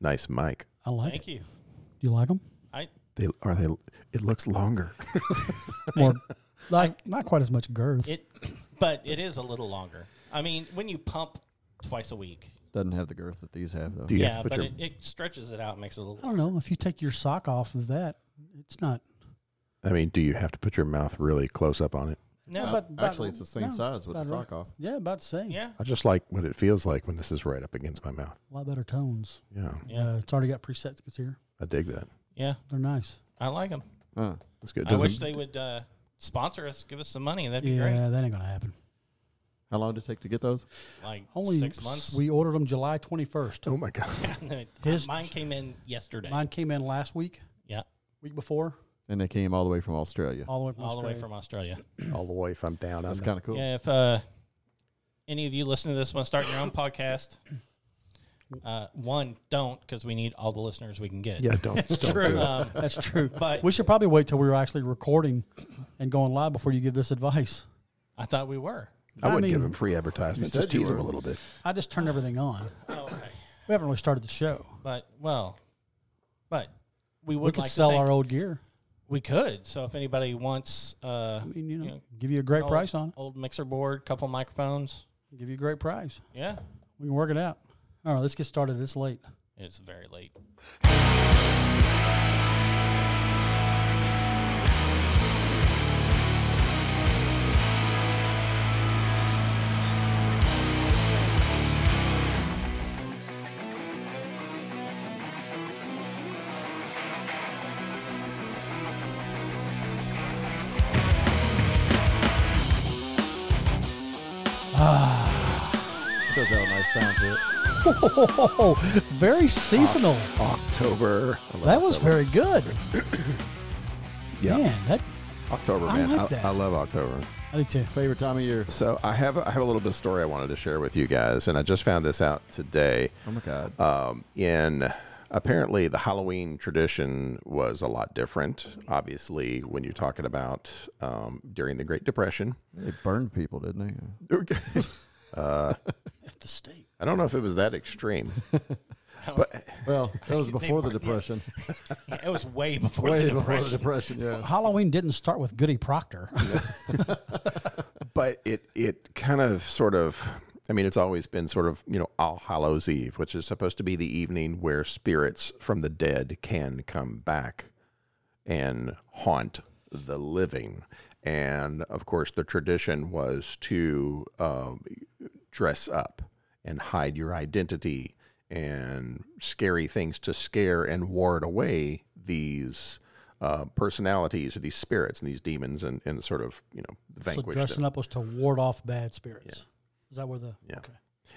Nice mic. I like it. Thank you. Do you like them? I They are they. It looks longer. More, like not quite as much girth. it, but it is a little longer. I mean, when you pump twice a week, Doesn't have the girth that these have though. Do you yeah, have to put but your it, it stretches it out, and makes it a I little. don't know if you take your sock off of that, it's not. I mean, do you have to put your mouth really close up on it? No, but- about- Actually, it's the same no, size with the about right. sock off. Yeah, about the same. yeah, I just like what it feels like when this is right up against my mouth. A lot better tones. Yeah, Yeah. Uh, it's already got presets that's here. I dig that. yeah, They're nice. I like them. Huh. That's good. I Doesn't- wish they would uh, sponsor us, give us some money. That'd be yeah, great. that ain't gonna happen. How long did it take to get those? Like Only six months. We ordered them July twenty first. oh my god. His- mine came in yesterday. Mine came in last week, yeah, week before, And they came all the way from Australia. all the way from all the way Australia. from Australia. All the way from down. That's under. kind of cool. Yeah, if uh, any of you listening to this want to start your own podcast, uh, one don't because we need all the listeners we can get. Yeah, don't. don't do it. Um, That's true. but we should probably wait till we were actually recording and going live before you give this advice. I thought we were. I wouldn't mean- give him free advertisement. said Just you tease him a were. little bit. I just turned everything on. Oh, okay. We haven't really started the show. But well, but we would We could like sell to thank- our old gear. We could. So if anybody wants, uh, I mean, you know, Yeah. give you a great old- price on Old mixer board, couple microphones. it. Give you a great price. Yeah, We can work it out. All right, let's get started. It's late. it's very late. It does have a nice sound to it. Oh, Ah, very seasonal. October. I love That was October. very good. Yeah. Man, that, October, I man. like I, that. I love October. I did too. Favorite time of year. So I have a, I have a little bit of story I wanted to share with you guys, and I just found this out today. Oh my god. Um, in apparently the Halloween tradition was a lot different. Obviously, when you're talking about um, during the Great Depression, They burned people, didn't they? At the state. I don't know if it was that extreme. Well, that was before the burned it. depression. Yeah, it was way before Way the before depression. the depression. Yeah. Halloween didn't start with Goody Proctor. but it it kind of sort of I mean it's always been sort of you know All Hallows Eve, which is supposed to be the evening where spirits from the dead can come back and haunt the living. And of course, the tradition was to um, dress up and hide your identity and scary things to scare and ward away these uh, personalities, these spirits, and these demons, and, and sort of you know so vanquish them. dressing up was to ward off bad spirits. Is that where the Yeah. okay.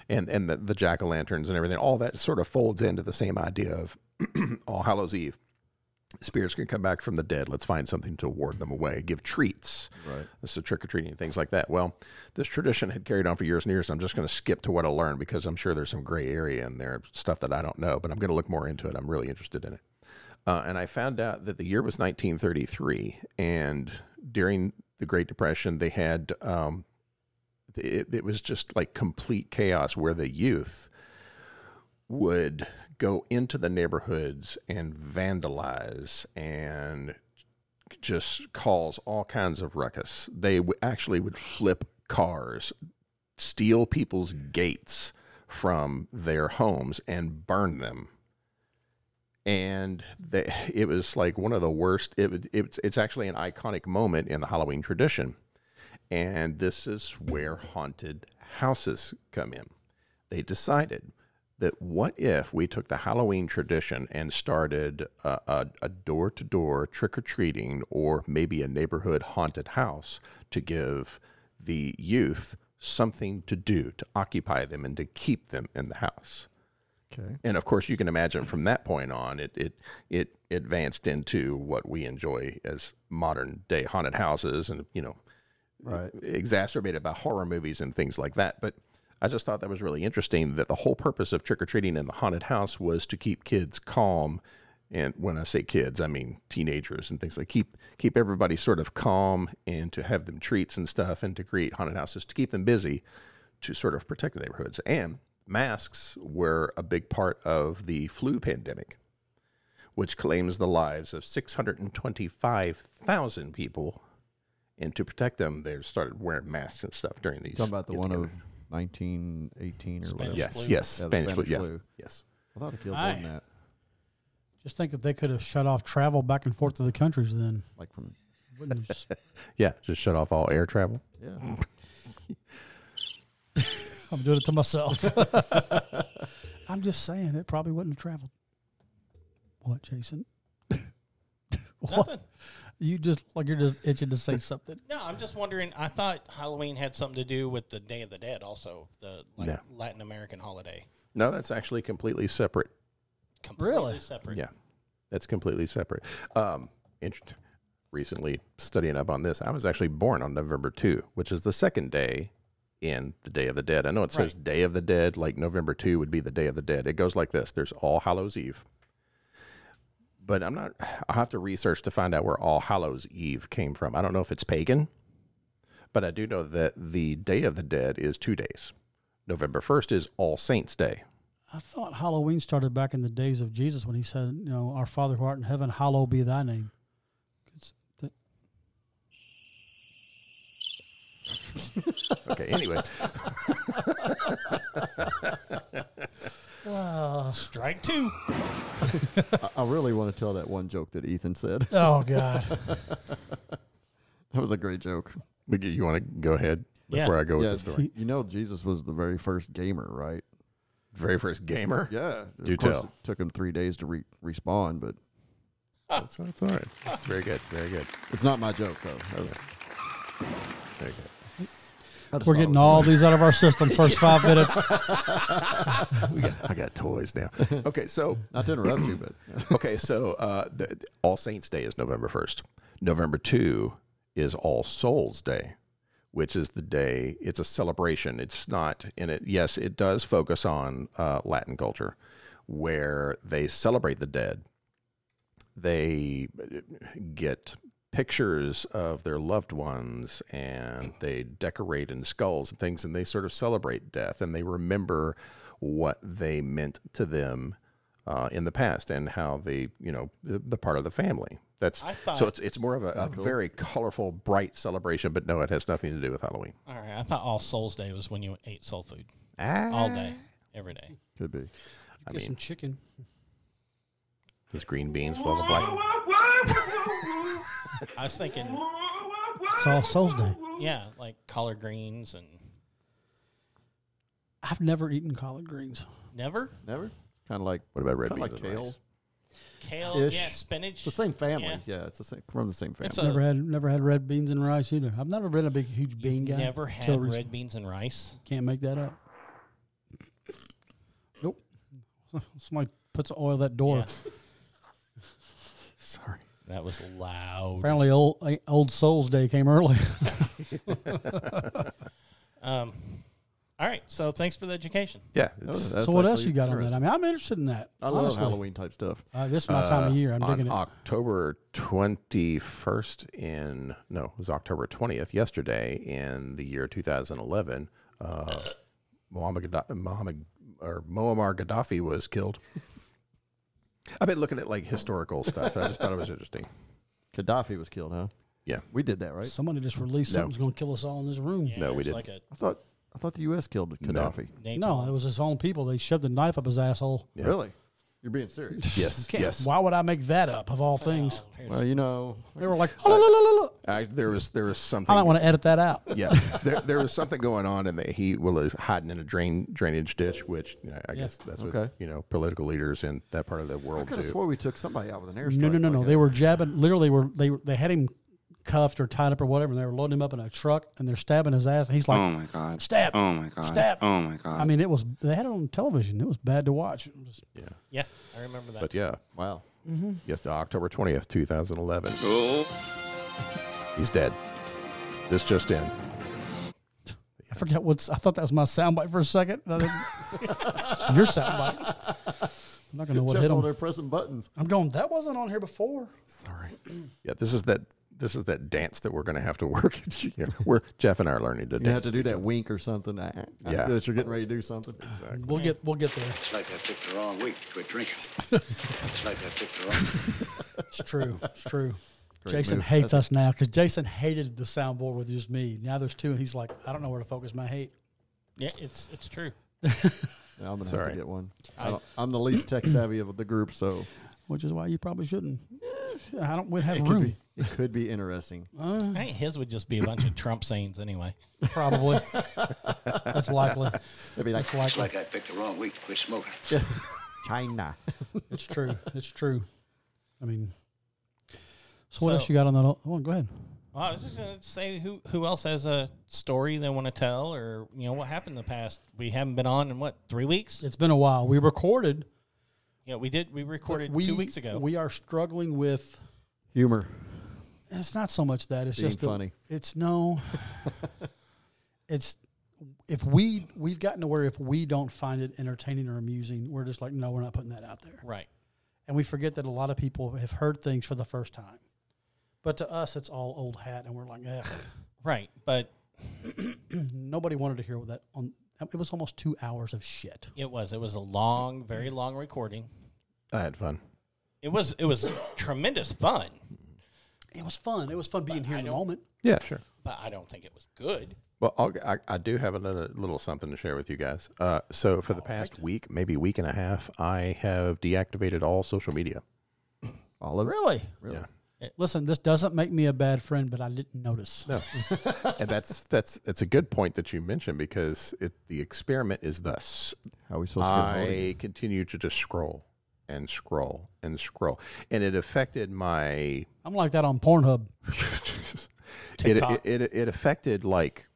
and and the, the jack o' lanterns and everything, all that sort of folds into the same idea of All Hallows Eve. Spirits can come back from the dead. Let's find something to ward them away. Give treats. Right. So trick or treating and things like that. Well, this tradition had carried on for years and years. I'm just going to skip to what I learned because I'm sure there's some gray area in there, stuff that I don't know, but I'm going to look more into it. I'm really interested in it. Uh, and I found out that the year was 1933. And during the Great Depression, they had um, it, it was just like complete chaos where the youth would go into the neighborhoods and vandalize and just cause all kinds of ruckus. They w- actually would flip cars, steal people's gates from their homes, and burn them. And they, it was like one of the worst. It, would- it's, it's actually an iconic moment in the Halloween tradition. And this is where haunted houses come in. They decided that what if we took the Halloween tradition and started a- a- a door to door trick or treating or maybe a neighborhood haunted house to give the youth something to do to occupy them and to keep them in the house? Okay. And of course, you can imagine from that point on, it it it advanced into what we enjoy as modern day haunted houses, and you know, Right. exacerbated by horror movies and things like that. But I just thought that was really interesting that the whole purpose of trick or treating in the haunted house was to keep kids calm. And when I say kids, I mean teenagers and things like keep keep everybody sort of calm and to have them treats and stuff and to create haunted houses to keep them busy to sort of protect the neighborhoods. And masks were a big part of the flu pandemic, which claims the lives of 625,000 people. And to protect them, they started wearing masks and stuff during these. Talking about the one get-together. of 1918 or Spanish whatever. Yes, flu. yes, Yeah, the Spanish, flu. Spanish Yeah, flu. yes. I thought it killed more than that, Just think if they could have shut off travel back and forth to the countries, then like from wouldn't have, Yeah, just shut off all air travel. yeah. I'm doing it to myself. I'm just saying it probably wouldn't have traveled. What, Jason? what? Nothing. You just like you're just itching to say something. No, I'm just wondering. I thought Halloween had something to do with the Day of the Dead, also the like, No. Latin American holiday. No, that's actually completely separate. Completely Really? separate. Yeah, that's completely separate. Um, interest recently studying up on this, I was actually born on November 2, which is the second day in the Day of the Dead. I know it says Right. Day of the Dead, like November 2 would be the Day of the Dead. It goes like this there's All Hallows Eve. But I'm not, I'll have to research to find out where All Hallows Eve came from. I don't know if it's pagan, but I do know that the Day of the Dead is two days. November 1st is All Saints Day. I thought Halloween started back in the days of Jesus when he said, "You know, our Father who art in heaven, hallowed be thy name." It's the- Okay, anyway. Strike two. I, I really want to tell that one joke that Ethan said. oh God! That was a great joke. But you- you want to go ahead Yeah. before I go with yeah, the story? you know Jesus was the very first gamer, right? Very first gamer. Yeah. Of Do course, tell. It took him three days to re- respawn, but That's, that's all right. That's very good. Very good. it's not my joke though. That was, Very good. I just We're thought it getting was all these out of our system. First five minutes. We got, I got toys now. Okay, so hilarious. Not to interrupt you, but okay, so uh, the, All Saints Day is November first. November two is All Souls Day, which is the day. It's a celebration. It's not in it. Yes, it does focus on uh, Latin culture, where they celebrate the dead. They uh, get pictures of their loved ones and they decorate in skulls and things and they sort of celebrate death and they remember what they meant to them uh, in the past and how they you know the, the part of the family that's I thought- so it's, it's more of a, a very colorful bright celebration but no it has nothing to do with halloween All right. I thought All Souls Day was when you ate soul food ah, all day, every day. could be. I Get some mean chicken. his green beans blah blah blah I was thinking, It's all Souls Day. yeah, like collard greens and I've never eaten collard greens. never Never? Kind of like what about red kinda beans like and kale. rice? kale. Ish. Yeah, spinach. It's the same family. Yeah. Yeah, it's the same from the same family. It's Never a, had never had red beans and rice either. I've never been a big huge bean guy. never had till red recent- beans and rice. Can't make that up. Nope. Somebody puts oil that door. Yeah, sorry that was loud. Apparently, old eh, old Souls Day came early. Um, all right. So thanks for the education. yeah That it's- was- that's so what else actually you got on that? I interesting. mean, I'm interested in that. I love honestly. Halloween type stuff. Uh, this is my time of Uh, year. I'm on digging it. October 21st in no, it was October 20th yesterday in the year 2011. Uh, Muammar Gaddafi, Muhammad, or Muammar Gaddafi was killed. I've been looking at like historical stuff. and I just thought it was interesting. Gaddafi was killed, huh? Yeah. We did that, right? Somebody just released No. something's going to kill us all in this room. Yeah, No, we it's didn't. Like a I thought I thought the U.S. killed Gaddafi. napalm. No, it was his own people. They shoved a knife up his asshole. Yeah. Really? You're being serious. Yes, Can't- yes. Why would I make that up of all things? Oh, there's- well, you know, They were like, oh, la, la, la, la, la." I, there was there was something. I don't want to edit that out. yeah, there, there was something going on, and that he well is hiding in a drain drainage ditch, which you know, I guess that's what Okay. you know political leaders in that part of the I world could have do. swore we took somebody out with an airstrike. No, no, no, like no. a- They were jabbing. Literally, were they? were- They had him cuffed or tied up or whatever. And they were loading him up in a truck, and they're stabbing his ass. And he's like, Oh my god. Stab. Oh my god. Stab. Oh my god. I mean, it was. They had it on television. It was bad to watch. It was- yeah, yeah, I remember that. but yeah, Wow. Yes, uh, October 20th, 2011. oh. He's dead. This just in. I forgot what's. I thought that was my soundbite for a second. and I didn't- it's your soundbite. I'm not gonna know what Just hit on him. their pressing buttons. I'm going. That wasn't on here before. Sorry. Yeah, this is that. This is that dance that we're going to have to work. you know, we're Jeff and I are learning to You have dance. to do that wink or something. ah, ah, Yeah. That you're getting ready to do something. We'll get we'll get there. It's like I picked the wrong week to quit drinking. it's like I picked the wrong. It's true. It's true. Great Jason move. hates us now because Jason hated the soundboard with just me. Now there's two, and he's like, I don't know where to focus my hate. Yeah, it's it's true. Yeah, I'm gonna have Sorry. to get one. I- I don't, I'm the least tech savvy of the group, so which is why you probably shouldn't. I don't. We'd have it could, room. be, it could be interesting. I think his would just be a bunch of Trump scenes anyway. Probably. That's likely. It'd be like That's It's likely. like I picked the wrong week to quit smoking. China. It's true. It's true. I mean. So what So- else you got on that? o- Oh, go ahead. Well, I was just gonna say who who else has a story they want to tell, or you know what happened in the past. We haven't been on in what three weeks? It's been a while. We recorded. Yeah, we did. We recorded we, two weeks ago. We are struggling with. Humor. It's not so much that. It's Being just that funny. It's no. it's if we we've gotten to where if we don't find it entertaining or amusing, we're just like, no, we're not putting that out there. right. and we forget that a lot of people have heard things for the first time. But to us, it's all old hat, and we're like, ugh. Right. But Nobody wanted to hear that. On it was almost two hours of shit. it was it was a long, very long recording. I had fun. It was it was tremendous fun, It was fun. It was fun being here in the don't- moment. Yeah, sure. but I don't think it was good. Well, I'll, I, I do have another little something to share with you guys. Uh, so for the past week, maybe week and a half, I have deactivated all social media. All of it. Really? Really? Yeah. Listen, this doesn't make me a bad friend, but I didn't notice. No, and that's that's it's a good point that you mentioned because it the experiment is thus: How are we supposed to get I continue to just scroll and scroll and scroll, and it affected my I'm like that on Pornhub. Jesus. It, TikTok. it, it it affected like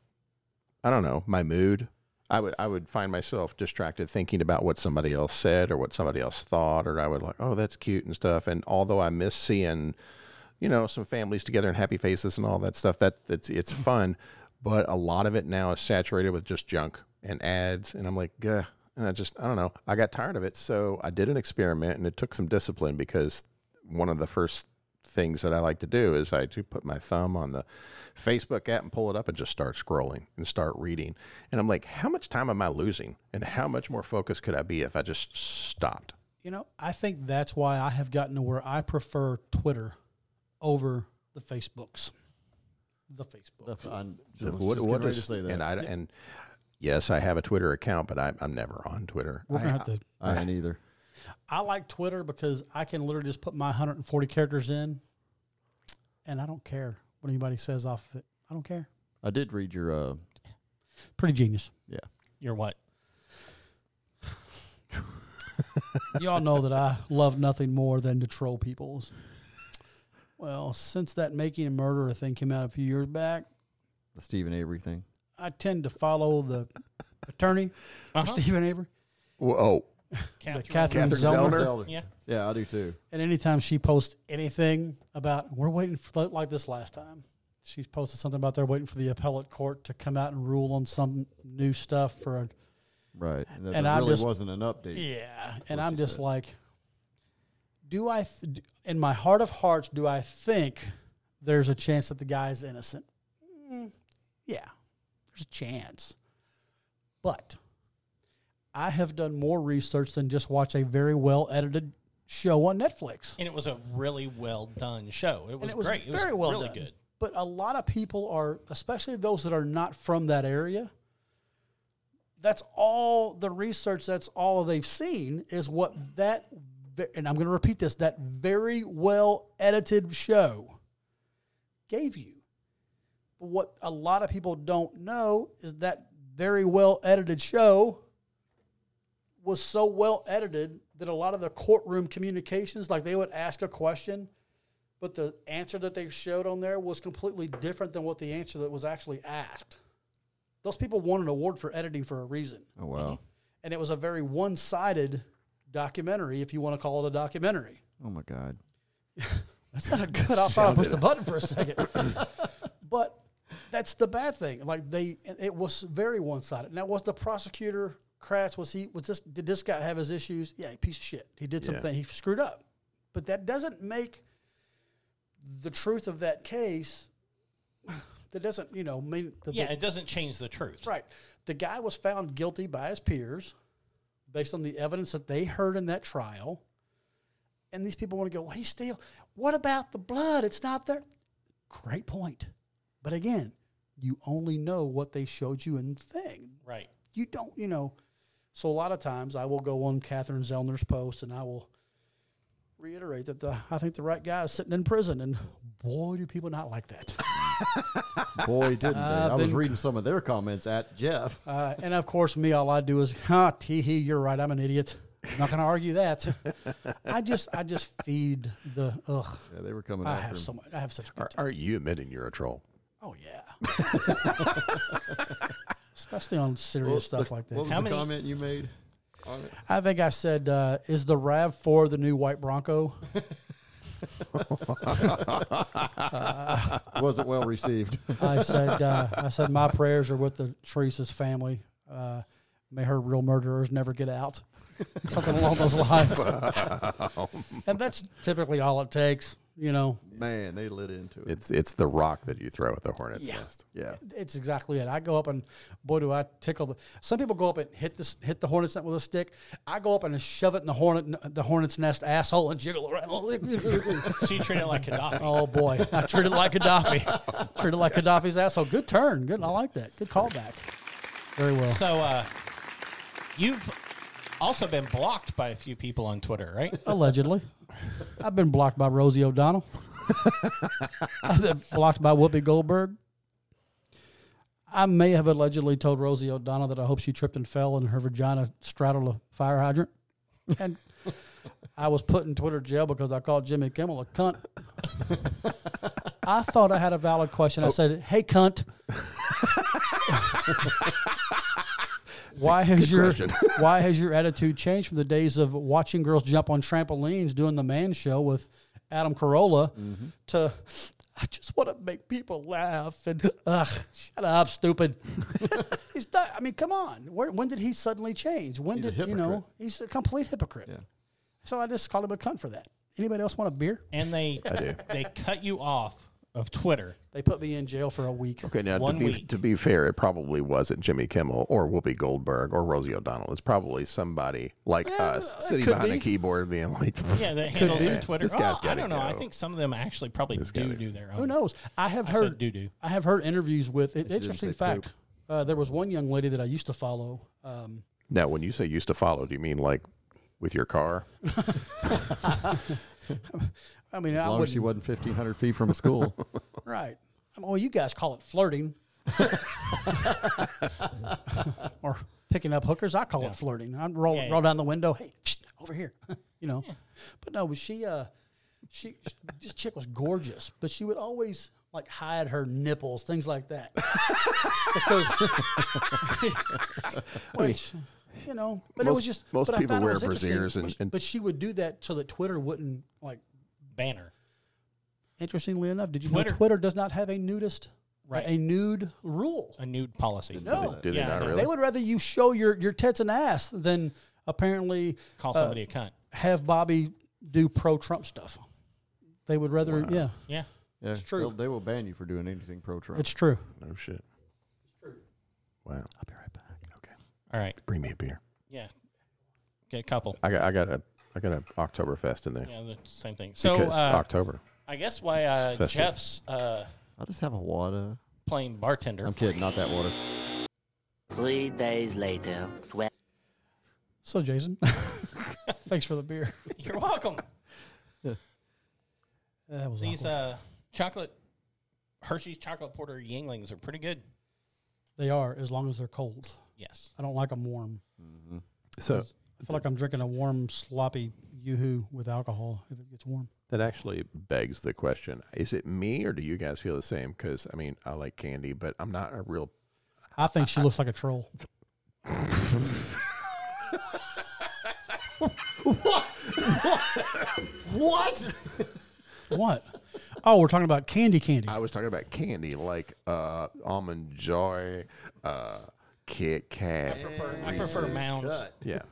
I don't know my mood. I would I would find myself distracted thinking about what somebody else said or what somebody else thought, or I would like, oh, that's cute and stuff. And although I miss seeing, you know, some families together and happy faces and all that stuff, that that's it's fun. But a lot of it now is saturated with just junk and ads, and I'm like, Gah. and I just I don't know. I got tired of it, so I did an experiment, and it took some discipline because one of the first things that I like to do is I do put my thumb on the Facebook app and pull it up and just start scrolling and start reading. And I'm like, how much time am I losing? And how much more focused could I be if I just stopped? You know, I think that's why I have gotten to where I prefer Twitter over the Facebooks. The Facebook. hold it? I'm So just getting ready to is- say that. And I and yes, I have a Twitter account, but I, I'm never on Twitter. We're gonna I- have to I ain't either. I like Twitter because I can literally just put my 140 characters in, and I don't care what anybody says off of it. I don't care. I did read your uh Pretty genius. yeah. You're what? Y'all know that I love nothing more than to troll people's. Well, since that making a murderer thing came out a few years back, The Stephen Avery thing. I tend to follow the attorney, Uh-huh. Stephen Avery, Whoa, Catherine. the Catherine, Catherine Zellner. Zellner. Yeah. Yeah, I do too. And anytime she posts anything about, we're waiting for, like this last time, she's posted something about they're waiting for the appellate court to come out and rule on some new stuff for a Right. And, that And there I'm really just- wasn't an update. Yeah, and what I'm she just said. like, do I, th- d- in my heart of hearts, do I think there's a chance that the guy is innocent? Mm, yeah, there's a chance, but I have done more research than just watch a very well edited show on Netflix. And it was a really well done show. It was, it was great. It very well was really done. good. But a lot of people are, especially those that are not from that area. That's all the research. That's all they've seen is what that, ve- and I'm going to repeat this: that very well edited show gave you. But what a lot of people don't know is that very well edited show was so well edited that a lot of the courtroom communications, like they would ask a question, but the answer that they showed on there was completely different than what the answer that was actually asked. Those people won an award for editing for a reason. Oh wow. And it was a very one sided documentary, if you want to call it a documentary. Oh my God. That's not a good. I thought I pushed the button for a second. but that's the bad thing. Like they, it was very one sided. Now, was the prosecutor Kratz? Was he? Was this? Did this guy have his issues? Yeah, he piece of shit. He did Yeah. something. He screwed up. But that doesn't make the truth of that case, that doesn't, you know, mean that Yeah, the, it doesn't change the truth. Right. The guy was found guilty by his peers based on the evidence that they heard in that trial. And these people want to go, well, he's still, what about the blood? It's not there. Great point. But again, you only know what they showed you in the thing. Right. You don't, you know. So a lot of times I will go on Catherine Zellner's post and I will reiterate that the I think the right guy is sitting in prison. And boy, do people not like that. Boy, didn't they? I was been- reading some of their comments at Jeff. Uh, and of course, me, all I do is, ha, tee hee, you're right, I'm an idiot. I'm not going to argue that. I just, I just feed the, ugh. Yeah, they were coming I after have him. so much, I have such a Are, good time. are you admitting you're a troll? Oh, yeah. Especially on serious stuff like What that. was How the many- comment you made on it? I think I said, uh, is the RAV4 the new white Bronco? Wasn't well received. I said, uh, I said, my prayers are with the Teresa's family. Uh, may her real murderers never get out. Something along those lines. and that's typically all it takes, you know. Man, they lit into it. It's it's the rock that you throw at the hornet's Yeah. nest. Yeah. It's exactly it. I go up and boy, do I tickle the. Some people go up and hit this, hit the hornet's nest with a stick. I go up and shove it in the hornet, the hornet's nest asshole and jiggle around. She treated it like Gaddafi. oh boy, I treat it like Gaddafi. treat it like Gaddafi's asshole. Good turn. Good. I like that. Good callback. Very well. So uh, you've also been blocked by a few people on Twitter, right? Allegedly, I've been blocked by Rosie O'Donnell. I've been blocked by Whoopi Goldberg. I may have allegedly told Rosie O'Donnell that I hope she tripped and fell and her vagina straddled a fire hydrant. And I was put in Twitter jail because I called Jimmy Kimmel a cunt. I thought I had a valid question. I said, "Hey, cunt." why has your question. why has your attitude changed from the days of watching girls jump on trampolines doing the man show with Adam Carolla Mm-hmm. to I just want to make people laugh and ugh, shut up, stupid. he's not. I mean, come on. Where, when did he suddenly change? When He's a did you know? hypocrite. He's a complete hypocrite. Yeah. So I just called him a cunt for that. Anybody else want a beer? And they do. they cut you off of Twitter. They put me in jail for a week. Okay, now to One be, week. to be fair, it probably wasn't Jimmy Kimmel or Whoopi Goldberg or Rosie O'Donnell. It's probably somebody like us it sitting could behind be. a keyboard being like, Yeah, that handles their Twitter. This guy's oh, I gotta don't know. I go. think some of them actually probably do gotta- do their own. Who knows? I have I heard said doo-doo. I have heard interviews with. It, didn't interesting say fact. Uh, there was one young lady that I used to follow. Um, Now, when you say used to follow, do you mean like with your car? I mean, I As long as wouldn't. she wasn't 1,500 feet from a school. Right. I mean, well, you guys call it flirting. or picking up hookers. I call it flirting. I roll Yeah, roll yeah. down the window. Hey, psht, over here. you know. But no, but she uh she this chick was gorgeous, but she would always like hide her nipples, things like that. because which you know, but it Most- was just most but I people found it wear was interesting. brassieres and- But sh- and- but she would do that so that Twitter wouldn't like Banner. Interestingly enough, did you Twitter- know Twitter does not have a nudist, Right. a nude rule? A nude policy. No, Do they Yeah, not no. really? they would rather you show your your tits and ass than apparently Call somebody a cunt. have Bobby do pro Trump stuff. They would rather, yeah, Yeah. Yeah, it's true. They will ban you for doing anything pro Trump. it's true. no shit. Wow. I'll be right back. Okay. All right. Bring me a beer. Yeah. Get a couple. I got I got a I got a Oktoberfest in there Yeah, the same thing. So because it's uh, October. I guess why uh, festive. Jeff's uh, I'll just have a water. playing bartender. I'm kidding, not that water. Three days later, twelve. So Jason, thanks for the beer. You're welcome. That was These awkward. uh, chocolate Hershey's chocolate porter Yinglings are pretty good. they are as long as they're cold. Yes. I don't like them warm. So I feel like I'm drinking a warm sloppy yoo-hoo with alcohol if it gets warm. that actually begs the question: Is it me or do you guys feel the same? Because I mean, I like candy, but I'm not a real. I think she looks like a troll. What? What? Oh, we're talking about candy candy. I was talking about candy like uh, almond joy, uh, Kit Kat. I prefer mounds. Yeah,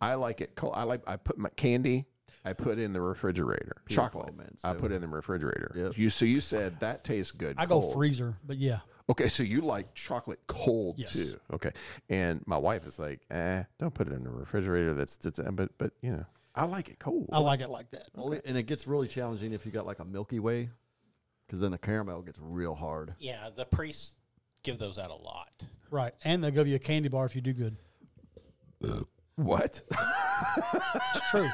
I like it cold. I like I put my candy I put in the refrigerator. Peter Chocolate. Paul, man, I so- put in the refrigerator. Yep. You so you said that tastes good. I go cold. freezer, but yeah, Okay, so you like chocolate cold Yes. too. Okay, and my wife is like, eh, don't put it in the refrigerator. That's, that's eh," but but you know, I like it cold. I like it like that. Only- And it gets really challenging if you got like a Milky Way, because then the caramel gets real hard. Yeah, the priests give those out a lot. Right, and they'll give you a candy bar if you do good. what? It's true.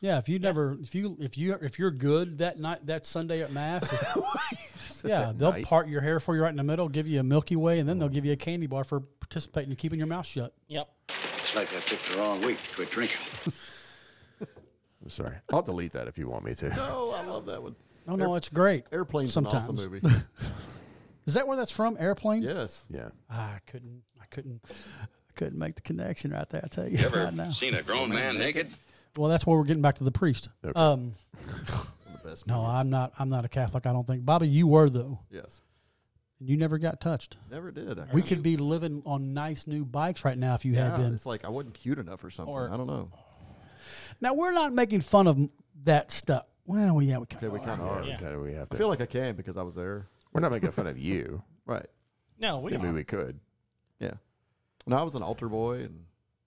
yeah, if you never, if you, if you, if you're good that night, that Sunday at mass, if- yeah, they'll part your hair for you right in the middle, give you a Milky Way, and then they'll give you a candy bar for participating and keeping your mouth shut. Yep. It's like I picked the wrong week to quit drinking. I'm sorry. I'll delete that if you want me to. Oh, I love that one. Oh no, it's great. Airplane's Sometimes an awesome movie. is that where that's from? Airplane. Ah, yes. Yeah. I couldn't. I couldn't. I couldn't make the connection right there. I tell you. right now. seen a grown man naked? Well, that's where we're getting back to the priest. Okay. Um, The best no, movies. I'm not. I'm not a Catholic. I don't think. Bobby, you were though. Yes. You never got touched. Never did. I We guess. could be living on nice new bikes right now if you had Yeah, been. It's like I wasn't cute enough or something. Or- I don't know. Now we're not making fun of that stuff. Well, yeah, we kind Okay, of. we kind of are. Yeah. Okay, Oh, we have to. I feel like I can because I was there. We're not making fun of you. Right. No, we I mean, are. we could. Yeah. And I was an altar boy and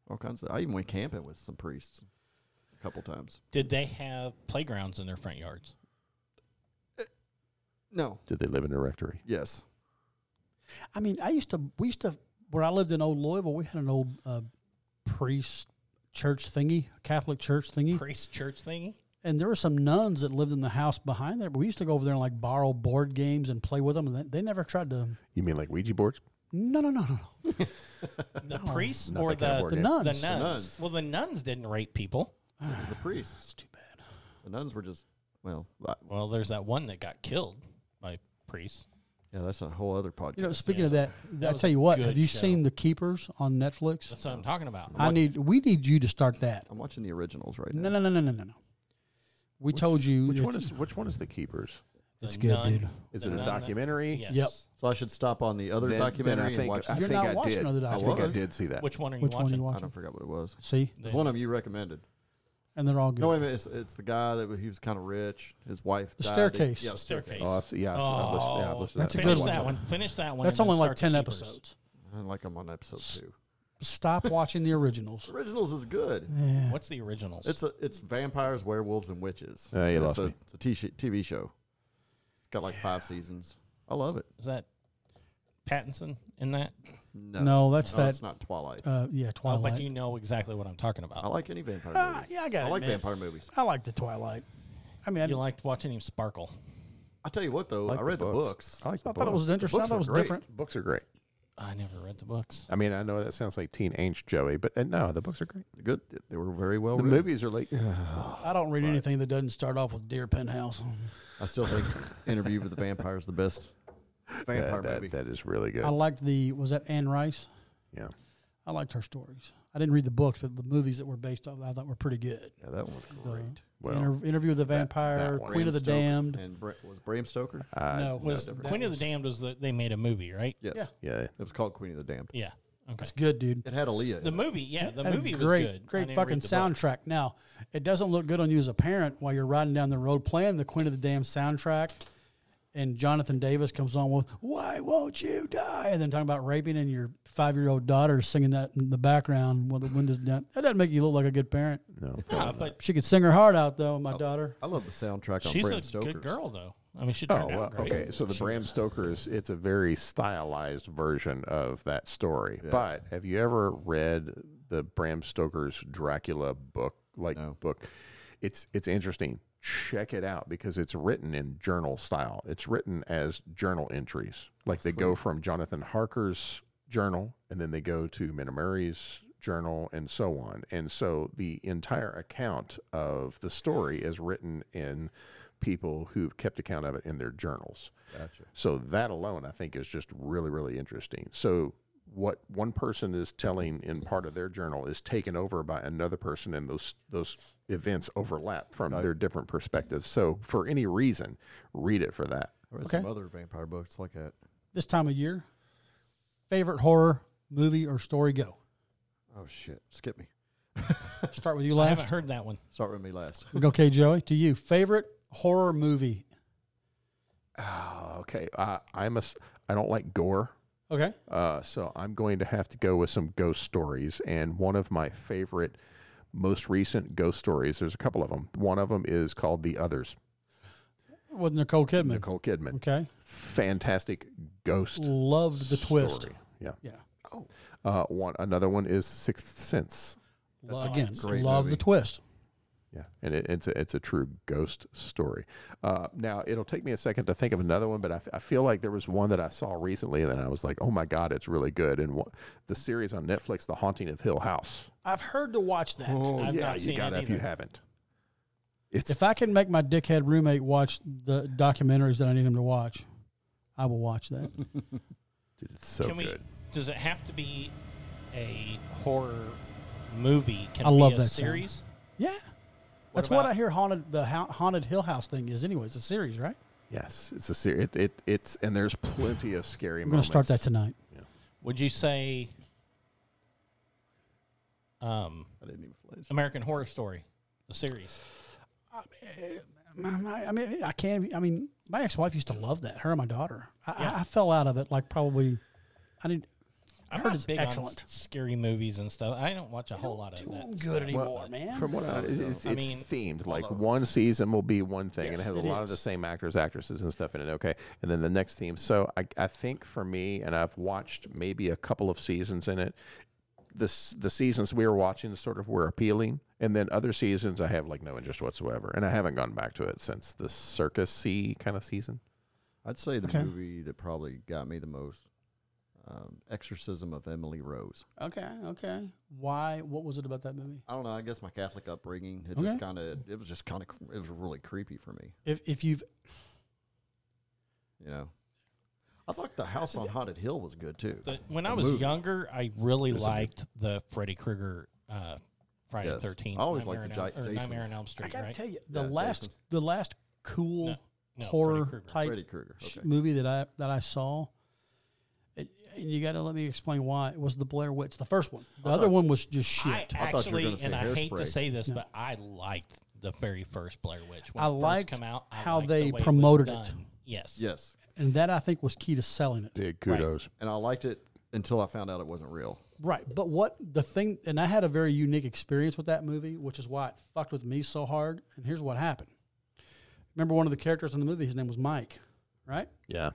all kinds of. I even went camping with some priests a couple times. Did they have playgrounds in their front yards? No. Did they live in a rectory? Yes. I mean, I used to. We used to where I lived in Old Louisville. We had an old uh, priest church thingy, Catholic church thingy, Priest church thingy? and there were some nuns that lived in the house behind there. But we used to go over there and like borrow board games and play with them, and they, they never tried to. You mean like Ouija boards? No, no, no, no, no. The priests Not or that kind of the, board The game. the, nuns. nuns. nuns. Well, the nuns didn't rape people. It was the priests. Too bad. The nuns were just. Well, I- Well, there's that one that got killed by priests. yeah, that's a whole other podcast. You know, speaking of so that, that I was tell a you what. good Have you show. seen The Keepers on Netflix? That's what I'm talking about. I need. We need you to start that. I'm watching the originals right No, now. no, no, no, no, no, no. We told you. Which if one you- is which one is the keepers? That's good, dude. Is the it a nun that- documentary? Yes. Yep. So I should stop on the other Then- then documentary I think, and watch. I, the- You're think not I watching did. other I think I documentaries. did see that. Which one are you Which watching? one are you I watching? don't forget what it was. See, It was one of you recommended. and they're all good. No, wait a minute. It's, it's the guy that he was kind of rich. His wife. The died. staircase. Yeah, the Staircase. Oh. Oh, staircase. I've, yeah, I've, I've listened, yeah, I've listened That's to a that. Finish good that one. one. Finish that one. That's and then only like start ten the Keepers. episodes. I like I'm on episode two. Stop watching the originals. Originals is good. What's the originals? It's a it's vampires, werewolves, and witches. Oh, you it's lost a, me. It's a t- TV show. It's got like five seasons. I love it. Is that Pattinson in that? No, No, that's No, that. It's not Twilight. Uh, yeah, Oh, Twilight. but you know exactly what I'm talking about. I like any vampire ah, movie. yeah, I got I it. like man. vampire movies. I like the Twilight. I mean, I, you liked watching him sparkle. I tell you what though, like I read the books. I, like the I thought it was books. interesting. I books thought it were was great. different. Books are great. I never read the books. I mean, I know that sounds like Teen Angst Joey, but uh, no, the books are great. Good. They were very well The written. movies are like, I don't read anything that doesn't start off with Dear Penthouse. I still think Interview with the Vampire is the best vampire that, that, movie. that is really good. I liked the was that Anne Rice. yeah. I liked her stories. I didn't read the books, but the movies that were based off, I thought were pretty good. yeah, that one's great. Well, Inter- Interview with the Vampire, one. Queen of the Bram Stoker Damned. and Bra- was Bram Stoker. no, Was Queen of the Damned was the, they made a movie, right? Yes. Yeah. Yeah. It was called Queen of the Damned. Yeah. Okay. It's good, dude. It had Aaliyah. in The it. movie, yeah, the Had a movie was great, good. I Great didn't fucking read the book. soundtrack. Now, it doesn't look good on you as a parent while you're riding down the road playing the Queen of the Damned soundtrack, and Jonathan Davis comes on with "Why won't you die?" and then talking about raping and your five year old daughter singing that in the background while the windows down. That doesn't make you look like a good parent. No. Yeah, Ah, but She could sing her heart out though, Oh. my daughter. I love the soundtrack on she's Bram a Stoker. good girl, though. I mean, she Oh, turned well, out great. okay. So the Bram Stoker is it's a very stylized version of that story. But have you ever read the Bram Stoker's Dracula book like book? It's it's interesting. Check it out because it's written in journal style. It's written as journal entries. Like they go from Jonathan Harker's journal and then they go to Minna Murray's journal and so on. And so the entire account of the story is written in people who kept account of it in their journals. Gotcha. So that alone, I think, is just really, really interesting. So what one person is telling in part of their journal is taken over by another person, and those those events overlap from their different perspectives. So for any reason, read it for that. I read Okay. some other vampire books like that. This time of year, favorite horror movie or story? Go. Oh shit! Skip me. Start with you I haven't last. heard that one. Start with me last. Okay, Joey, to you. Favorite horror movie? Oh, okay. I I'm a. s- I don't like gore. Okay. Uh, so I'm going to have to go with some ghost stories. And one of my favorite, most recent ghost stories, there's a couple of them. One of them is called The Others, With Nicole Kidman. Nicole Kidman. Okay. Fantastic ghost. Loved the twist. story. Yeah. Yeah. Uh, one another one is Sixth Sense. Lo- Again, great love movie. the twist. Yeah, and it, it's a, it's a true ghost story. Uh, now it'll take me a second to think of another one, but I, f- I feel like there was one that I saw recently, and then I was like, "Oh my god, it's really good!" And wha- the series on Netflix, The Haunting of Hill House. I've heard to watch that. I've Oh, yeah, not you seen got it if you either. haven't. It's If I can make my dickhead roommate watch the documentaries that I need him to watch, I will watch that. dude, it's so Can we? good. Does it have to be a horror movie? Can I it be love a that sound. series. yeah. That's what about- I hear haunted the hau- haunted Hill House thing is anyway. It's a series, right? Yes, it's a series. It, it it's and there's plenty of scary. I'm going to moments. start that tonight. Would you say um, I didn't even flinch. American Horror Story, the series? Um, I I mean, I can't. I mean, my ex-wife used to love that. Her and my daughter. I, I, I fell out of it like probably. I didn't. I heard Ah, it's excellent. On s- scary movies and stuff. I don't watch a whole lot of that. good anymore, Well, man. From what I, it's, it's I mean, themed. Like one season will be one thing, and it has a lot of the same actors, actresses, and stuff in it. Okay, and then the next theme. So I, I think for me, and I've watched maybe a couple of seasons in it. The s- the seasons we were watching sort of were appealing, and then other seasons I have like no interest whatsoever, and I haven't gone back to it since the circusy kind of season. I'd say the Okay. movie that probably got me the most, um, Exorcism of Emily Rose. Okay, okay. Why? What was it about that movie? I don't know. I guess my Catholic upbringing, it Okay. just kind of, it was just kind of, it was really creepy for me. If if you've You know, I thought the House on Haunted Hill was good too. The, when I The was movie. younger, I really There's a movie. liked the Freddy Krueger uh, Friday Yes. the 13th. I always Nightmare on liked the Elm- Ja- or Nightmare on Jasons. Elm I Street, gotta right? tell you, the Yeah, last Jason. the last cool No, no, Freddy horror Krueger. type Freddy Krueger. sh- Okay. movie that I that I saw. It, and you got to let me explain why it was the Blair Witch, the first one. The other one was just shit. I I thought you were actually, gonna say and I hate to Hairspray. say this, but I liked the very first Blair Witch. When I it first liked come out, I how liked the they way was promoted it. done. Yes. Yes, and that I think was key to selling it. Big kudos. and I liked it until I found out it wasn't real. Right. But what the thing, and I had a very unique experience with that movie, which is why it fucked with me so hard. And here's what happened. Remember one of the characters in the movie, his name was Mike, right? Yeah.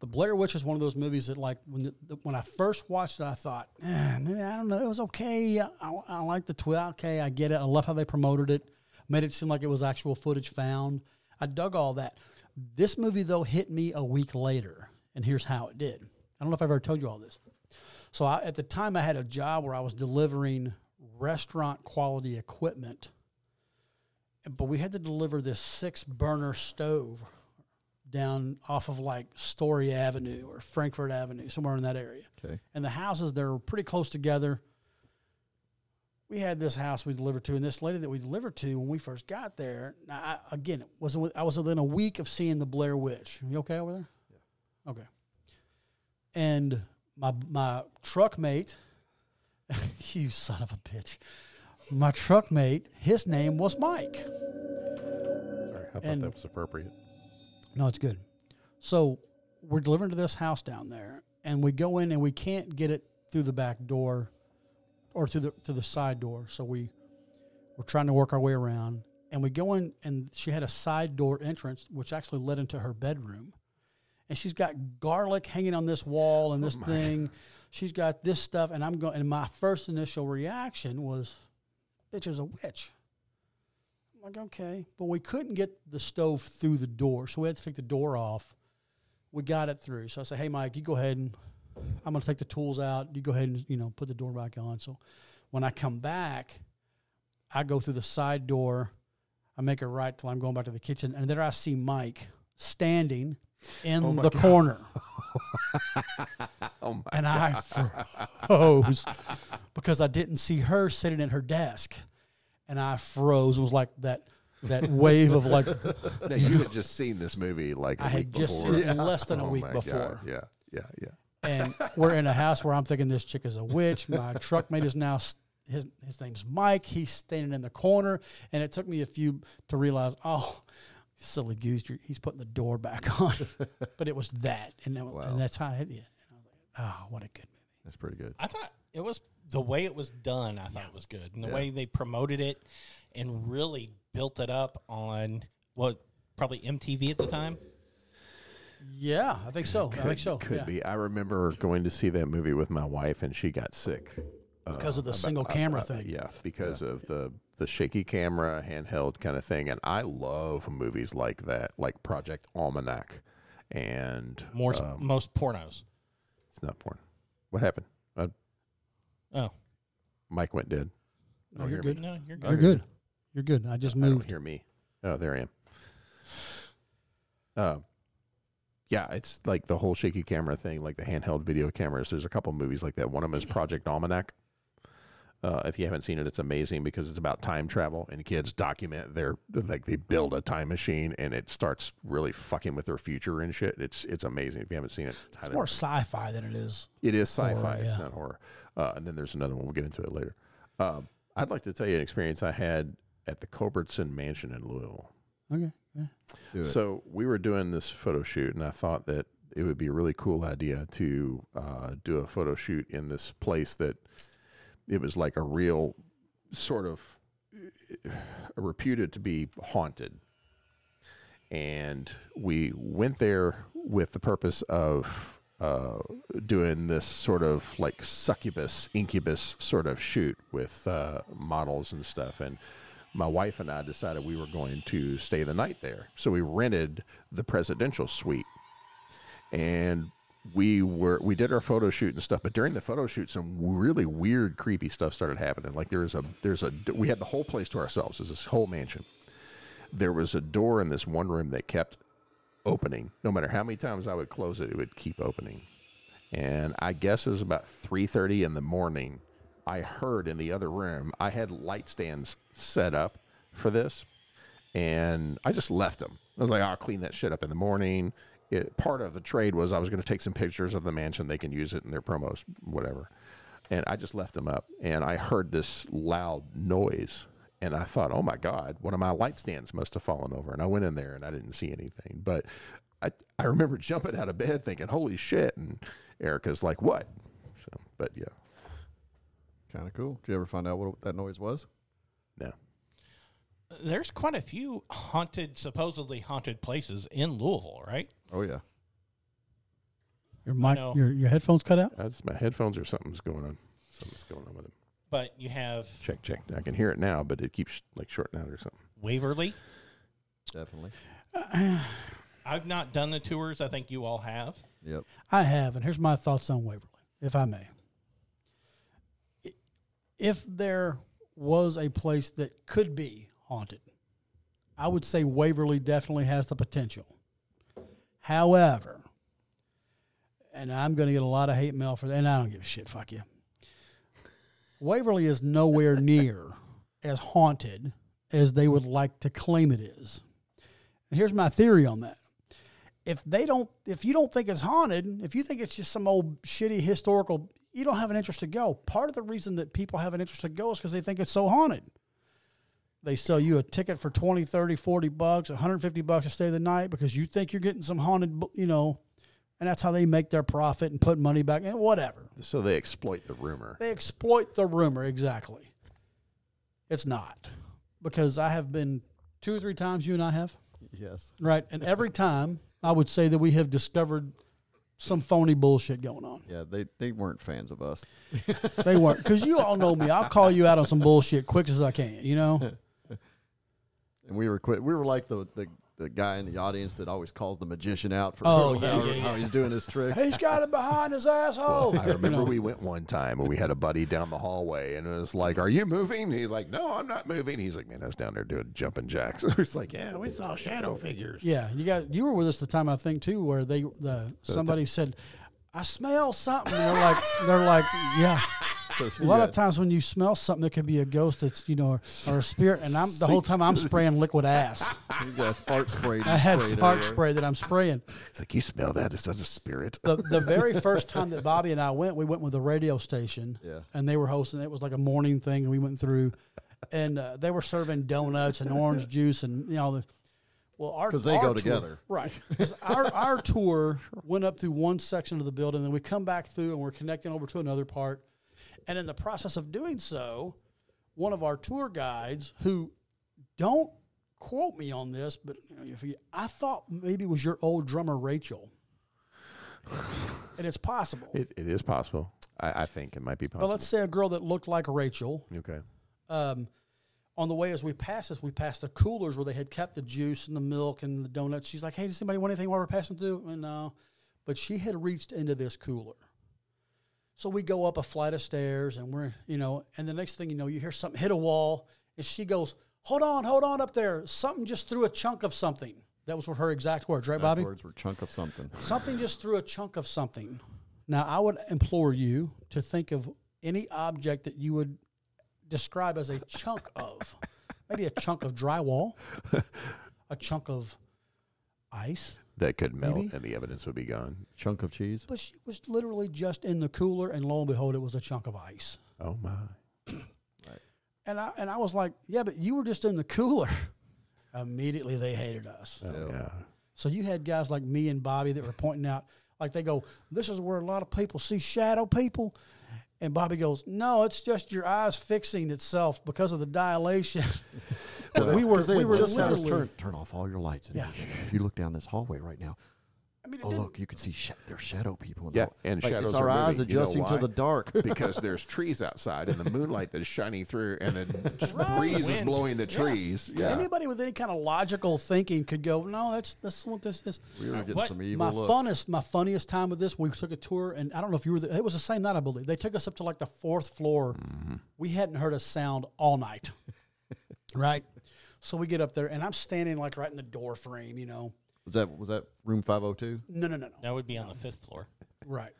The Blair Witch is one of those movies that, like, when the, the- when I first watched it, I thought, eh, man, I don't know, it was okay. I, I like the twist. Okay, I get it. I love how they promoted it, made it seem like it was actual footage found. I dug all that. This movie though hit me a week later, and here's how it did. I don't know if I've ever told you all this. So I, at the time, I had a job where I was delivering restaurant quality equipment, but we had to deliver this six burner stove down off of like Story Avenue or Frankfurt Avenue, somewhere in that area. Okay. Mm-hmm. And the houses they're pretty close together. We had this house we delivered to, and this lady that we delivered to when we first got there. Now, I, again, it was I was within a week of seeing the Blair Witch. You okay over there? Yeah. Okay. And my my truck mate, you son of a bitch, my truck mate, his name was Mike. Sorry, I thought And- that was appropriate. No, it's good. So we're delivering to this house down there, and we go in and we can't get it through the back door or through the through the side door. So we we're trying to work our way around, and we go in, and she had a side door entrance which actually led into her bedroom, and she's got garlic hanging on this wall and this thing. She's got this stuff, and I'm going. And my first initial reaction was, "Bitch is a witch." I'm like, okay. But we couldn't get the stove through the door, so we had to take the door off. We got it through. So I said, hey, Mike, you go ahead and I'm going to take the tools out. You go ahead and, you know, put the door back on. So when I come back, I go through the side door. I make a right till I'm going back to the kitchen. And there I see Mike standing in the corner. Oh and I froze because I didn't see her sitting at her desk and I froze. It was like that that wave of like Now you had just seen this movie like a I week had just before. seen it less than a Oh week my God. before. Yeah, yeah, yeah. and we're in a house where I'm thinking this chick is a witch. My truckmate is now s- his his name's Mike. He's standing in the corner, and it took me a few to realize, oh, silly goose, you're, he's putting the door back on. but it was that, and, that, Wow. and that's how I hit you. And I was like, oh, what a good movie. That's pretty good. I thought it was the way it was done. I thought was good, and the Yeah. way they promoted it and really built it up on what probably MTV at the time. Yeah, I think so. I think so. Could yeah. be. I remember going to see that movie with my wife, and she got sick. Uh, because of the single camera thing. Yeah, because of the the shaky camera, handheld kind of thing. And I love movies like that, like Project Almanac, and More uh, Um, most pornos. it's not porn. What happened? Uh, Oh, Mike went dead. No, Don't you're hear me. good. Oh, no, you're You're good. good. You're good. I just I don't moved. hear me. Oh, there I am. Uh, yeah, it's like the whole shaky camera thing, like the handheld video cameras. There's a couple movies like that. One of them is Project Almanac. Uh, if you haven't seen it, it's amazing because it's about time travel and kids document their like they build a time machine and it starts really fucking with their future and shit. It's it's amazing if you haven't seen it. It's highly more sci-fi than it is. it is Horror, sci-fi. It's yeah. not horror. Uh, and then there's another one. We'll get into it later. Um, I'd like to tell you an experience I had at the Culbertson Mansion in Louisville. Okay. Yeah. Do it. So we were doing this photo shoot, and I thought that it would be a really cool idea to uh, do a photo shoot in this place that it was like a real sort of uh, reputed to be haunted. And we went there with the purpose of uh, doing this sort of like succubus, incubus sort of shoot with uh, models and stuff. And my wife and I decided we were going to stay the night there. So we rented the presidential suite and we were we did our photo shoot and stuff but during the photo shoot some really weird creepy stuff started happening like there's a there's a we had the whole place to ourselves It's this whole mansion there was a door in this one room that kept opening no matter how many times i would close it it would keep opening and i guess it was about 3.30 in the morning i heard in the other room i had light stands set up for this and I just left them. I was like, I'll clean that shit up in the morning. It, part of the trade was I was going to take some pictures of the mansion. They can use it in their promos, whatever. And I just left them up. And I heard this loud noise. And I thought, oh my God, one of my light stands must have fallen over. And I went in there and I didn't see anything. But I, I remember jumping out of bed thinking, holy shit. And Erica's like, what? So, but yeah, Kind of cool. Did you ever find out what that noise was? no. There's quite a few haunted, supposedly haunted places in Louisville, right? Oh yeah. Your mic, know. your your headphones cut out. That's my headphones or something's going on. Something's going on with them. But you have Check, check. I can hear it now, but it keeps like shorting out or something. Waverly. Definitely. I've not done the tours. I think you all have. Yep. I have, and here's my thoughts on Waverly, if I may. I- If there was a place that could be haunted, I would say Waverly definitely has the potential. However, and I'm going to get a lot of hate mail for that, and I don't give a shit. Fuck you. Waverly is nowhere near as haunted as they would like to claim it is. And here's my theory on that if they don't if you don't think it's haunted if you think it's just some old shitty historical you don't have an interest to go part of the reason that people have an interest to go is because they think it's so haunted they sell you a ticket for 20 30 40 bucks 150 bucks to stay the night because you think you're getting some haunted bu- you know and that's how they make their profit and put money back in whatever So they exploit the rumor. they exploit the rumor exactly it's not because i have been two or three times you and i have Yes. Right. And every time I would say that we have discovered some phony bullshit going on. Yeah. They they weren't fans of us. They weren't. Because you all know me. I'll call you out on some bullshit quick as I can, you know? and we were quit. We were like the, the the guy in the audience that always calls the magician out for Oh, yeah, how, yeah, how he's doing his tricks. He's got it behind his asshole. I remember we went one time and we had a buddy down the hallway and it was like, Are you moving? And he's like, No, I'm not moving. He's like, Man, I was down there doing jumping jacks. it's like, Yeah, we saw shadow figures. Yeah, you got you were with us the time I think too, where they the somebody said, "I smell something." They're like, they're like, yeah, 'Cause A you lot got- of times when you smell something, it could be a ghost. It's you know or, or a spirit, and I'm the whole time I'm spraying liquid ass. you got fart spray. I had sprayed fart everywhere. spray that I'm spraying. It's like you smell that. It's such a spirit. The the very first time that Bobby and I went, we went with a radio station, Yeah. and they were hosting. It was like a morning thing, and we went through, and uh, they were serving donuts and orange juice and you know the. Well, our 'Cause they our go tour- together. right? 'Cause our our tour went up through one section of the building, then we come back through, and we're connecting over to another part. And in the process of doing so, one of our tour guides, who don't quote me on this, but you know, if you, I thought maybe it was your old drummer Rachel, and it's possible. It, it is possible. I, I think it might be but possible. let's say a girl that looked like Rachel. okay. Um, on the way as we passed this, we passed the coolers where they had kept the juice and the milk and the donuts. She's like, "Hey, does anybody want anything while we're passing through?" And no, but she had reached into this cooler. So we go up a flight of stairs, and we're you know, and the next thing you know, you hear something hit a wall, and she goes, "Hold on, hold on, up there! Something just threw a chunk of something." That was what her exact words, right, Bobby? Words were chunk of something. Something just threw a chunk of something. Now, I would implore you to think of any object that you would describe as a chunk of. Maybe a chunk of drywall, a chunk of ice. That could melt Maybe. and the evidence would be gone. Chunk of cheese. But she was literally just in the cooler, and lo and behold, it was a chunk of ice. Oh, my. And I, and I was like, yeah, but you were just in the cooler. Immediately, they hated us. Oh, yeah. So you had guys like me and Bobby that were pointing out, like they go, "This is where a lot of people see shadow people," and Bobby goes, "No, it's just your eyes fixing itself because of the dilation." Well, we were, Because they we had were just had us literally. turn, turn off all your lights. And Yeah. If you look down this hallway right now, I mean, it oh didn't- look, you can see sh- there's shadow people. In Yeah, the hall- and like, shadows It's our are eyes moving. You know adjusting why? to the dark. because there's trees outside and the moonlight that's shining through and the breeze is Wind. blowing the trees. Yeah. Anybody with any kind of logical thinking could go, "No, that's that's what this is." we were getting what? some evil My looks. funnest, my funniest time with this, we took a tour, and I don't know if you were. There. It was the same night, I believe. They took us up to like the fourth floor. We hadn't heard a sound all night, right? So we get up there, and I'm standing like right in the door frame, you know. Was that was that room 502? No, no, no, no. That would be on the fifth floor. Right.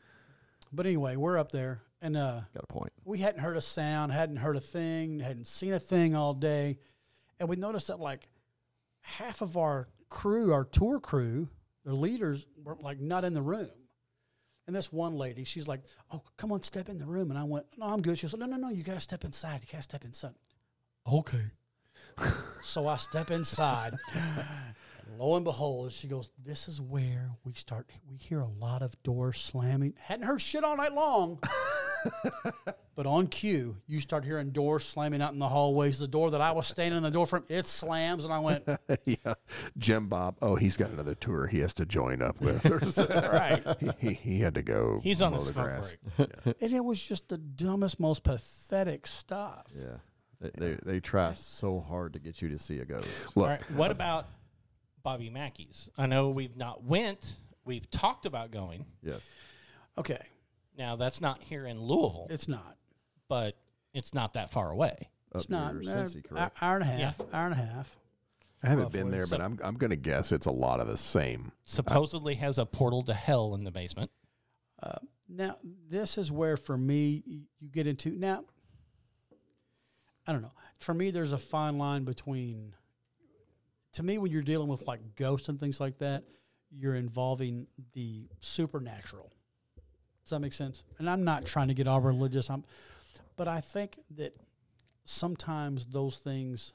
But anyway, we're up there, and uh, Got a point. we hadn't heard a sound, hadn't heard a thing, hadn't seen a thing all day. And we noticed that like half of our crew, our tour crew, their leaders were like not in the room. And this one lady, she's like, Oh, come on, step in the room. And I went, No, I'm good. She was like, No, no, no, you got to step inside. You got to step inside. Okay. so I step inside. And lo and behold, she goes, This is where we start. We hear a lot of doors slamming. Hadn't heard shit all night long. But on cue, you start hearing doors slamming out in the hallways. The door that I was standing in the door from, it slams, and I went, yeah. Jim Bob. Oh, he's got another tour he has to join up with. Right. he, he, he had to go. He's on mow the the smoke grass. break. and it was just the dumbest, most pathetic stuff. Yeah. They, they, they try so hard to get you to see a ghost. Look, All right. What about Bobby Mackey's? I know we've not went. We've talked about going. Yes. Okay, Now that's not here in Louisville, it's not. but it's not that far away. It's Up not. near uh, Cincy, correct? hour and a half. Hour and a half. I haven't been there, So- but I'm, I'm going to guess it's a lot of the same. Supposedly has a portal to hell in the basement. Now, this is where for me y- you get into now. I don't know. For me, there's a fine line between. To me, when you're dealing with like ghosts and things like that, you're involving the supernatural. Does that make sense? And I'm not trying to get all religious. I'm, but I think that sometimes those things,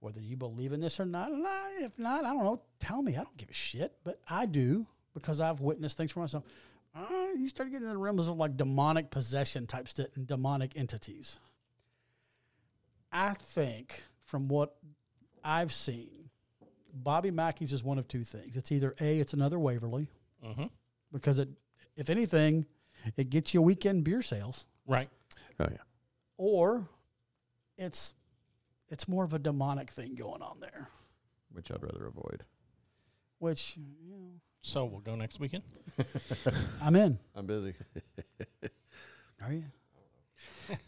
whether you believe in this or not, and I, if not, I don't know. Tell me. I don't give a shit. But I do because I've witnessed things for myself. Uh, you start getting in the realms of like demonic possession type stuff and demonic entities. I think from what I've seen, Bobby Mackey's is one of two things. It's either A, it's another Waverly, Mm-hmm. because it, if anything, it gets you weekend beer sales, Right. Oh, yeah. or it's it's more of a demonic thing going on there, Which I'd rather avoid. which you know, So we'll go next weekend. I'm in. I'm busy. Are you?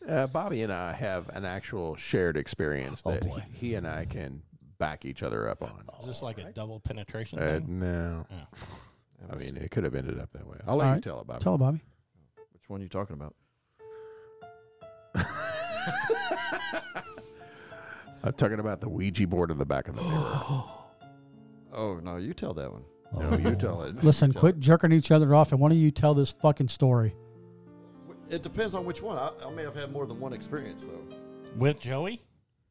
Uh, Bobby and I have an actual shared experience Oh, that boy. he, he and I can back each other up on. Is this like a double penetration? Uh, thing? no. Yeah. I mean, it could have ended up that way. I'll let All you right. tell it, Bobby. Tell it, Bobby. Which one are you talking about? I'm Uh, talking about the Ouija board in the back of the mirror. Oh no, you tell that one. no, you tell it. Listen, quit jerking each other off, and why don't you tell this fucking story? It depends on which one. I, I may have had more than one experience though. With Joey?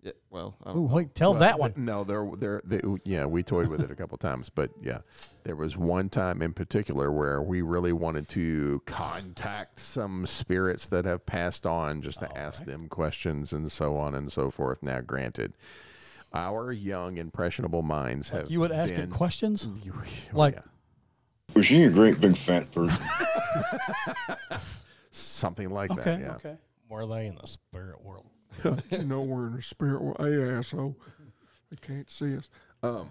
Yeah. Well, I Ooh, don't know. wait, tell Well, that th- one. no, there, there, they, yeah, we toyed with it a couple times, but yeah, there was one time in particular where we really wanted to contact some spirits that have passed on, just to ask them questions and so on and so forth. Now, granted, our young impressionable minds have You would ask been, it questions Oh, like, yeah. Was she a great big fat person? something like okay, that. Yeah, okay. Were they in the spirit world? you know we're in a spirit world, hey asshole. They can't see us. Um,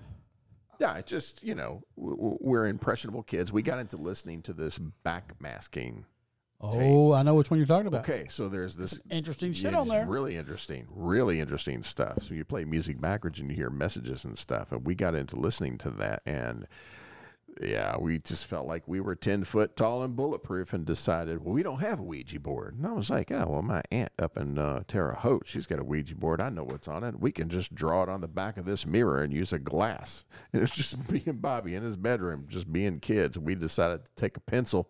yeah, it just you know w- w- we're impressionable kids. We got into listening to this backmasking. Oh, I know which one you're talking about. Okay, so there's this Interesting shit yeah, on it's there. Really interesting, really interesting stuff. So you play music backwards and you hear messages and stuff. And we got into listening to that, and yeah, we just felt like we were ten foot tall and bulletproof, and decided, well, we don't have a Ouija board. And I was like, oh, well, my aunt up in uh, Terre Haute, she's got a Ouija board. I know what's on it. We can just draw it on the back of this mirror and use a glass. And it's just me and Bobby in his bedroom, just being kids. We decided to take a pencil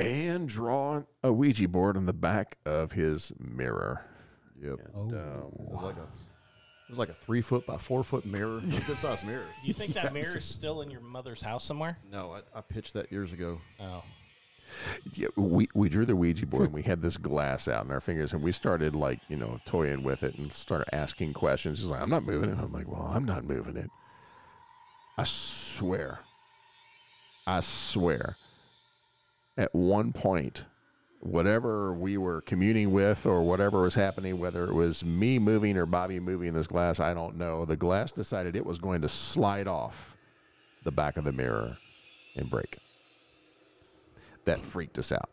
and draw a Ouija board on the back of his mirror. Yep. And, It um, was like a, it was like a three foot by four foot mirror, It was a good size mirror. Do you think that mirror is still in your mother's house somewhere? No, I, I pitched that years ago. Oh. yeah, we, we drew the Ouija board and we had this glass out in our fingers and we started like, you know, toying with it and started asking questions. He's like, I'm not moving it. I'm like, well, I'm not moving it. I swear. I swear. At one point, whatever we were communing with or whatever was happening, whether it was me moving or Bobby moving this glass, I don't know. The glass decided it was going to slide off the back of the mirror and break. That freaked us out.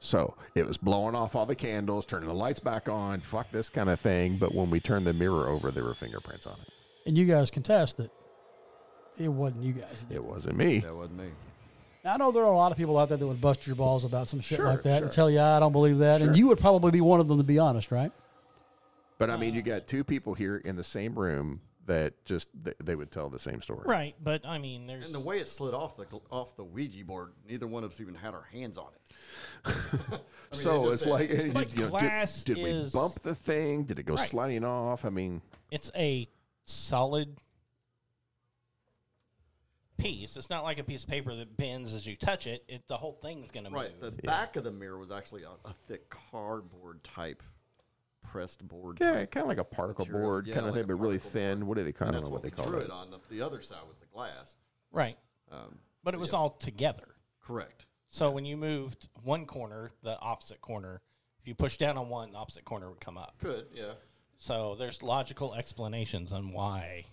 So it was blowing off all the candles, turning the lights back on, fuck this kind of thing. But when we turned the mirror over, there were fingerprints on it. And you guys contest it. It wasn't you guys. It wasn't me. That wasn't me. Now, I know there are a lot of people out there that would bust your balls about some shit Sure, like that sure. and tell you, I don't believe that. Sure. And you would probably be one of them, to be honest, right? But I mean, you got two people here in the same room that just they, they would tell the same story. Right, but I mean, there's. And the way it slid off the gl- off the Ouija board, neither one of us even had our hands on it. I mean, they so just it's said- like, you know, But glass did, did is- we bump the thing? Did it go Right. sliding off? I mean, it's a solid piece. It's not like a piece of paper that bends as you touch it. it the whole thing's going to Right. The move. back of the mirror was actually a, a thick cardboard type, pressed board. yeah, type kind of like a particle material. board Yeah, kind of like thing, a but really particle thin. board. What do they call? I And don't that's know what what they we call drew it. it on. The, the other side was the glass. Right. Um, But it was all together. correct. So when you moved one corner, the opposite corner, if you push down on one, the opposite corner would come up. Could yeah. So there's logical explanations on why.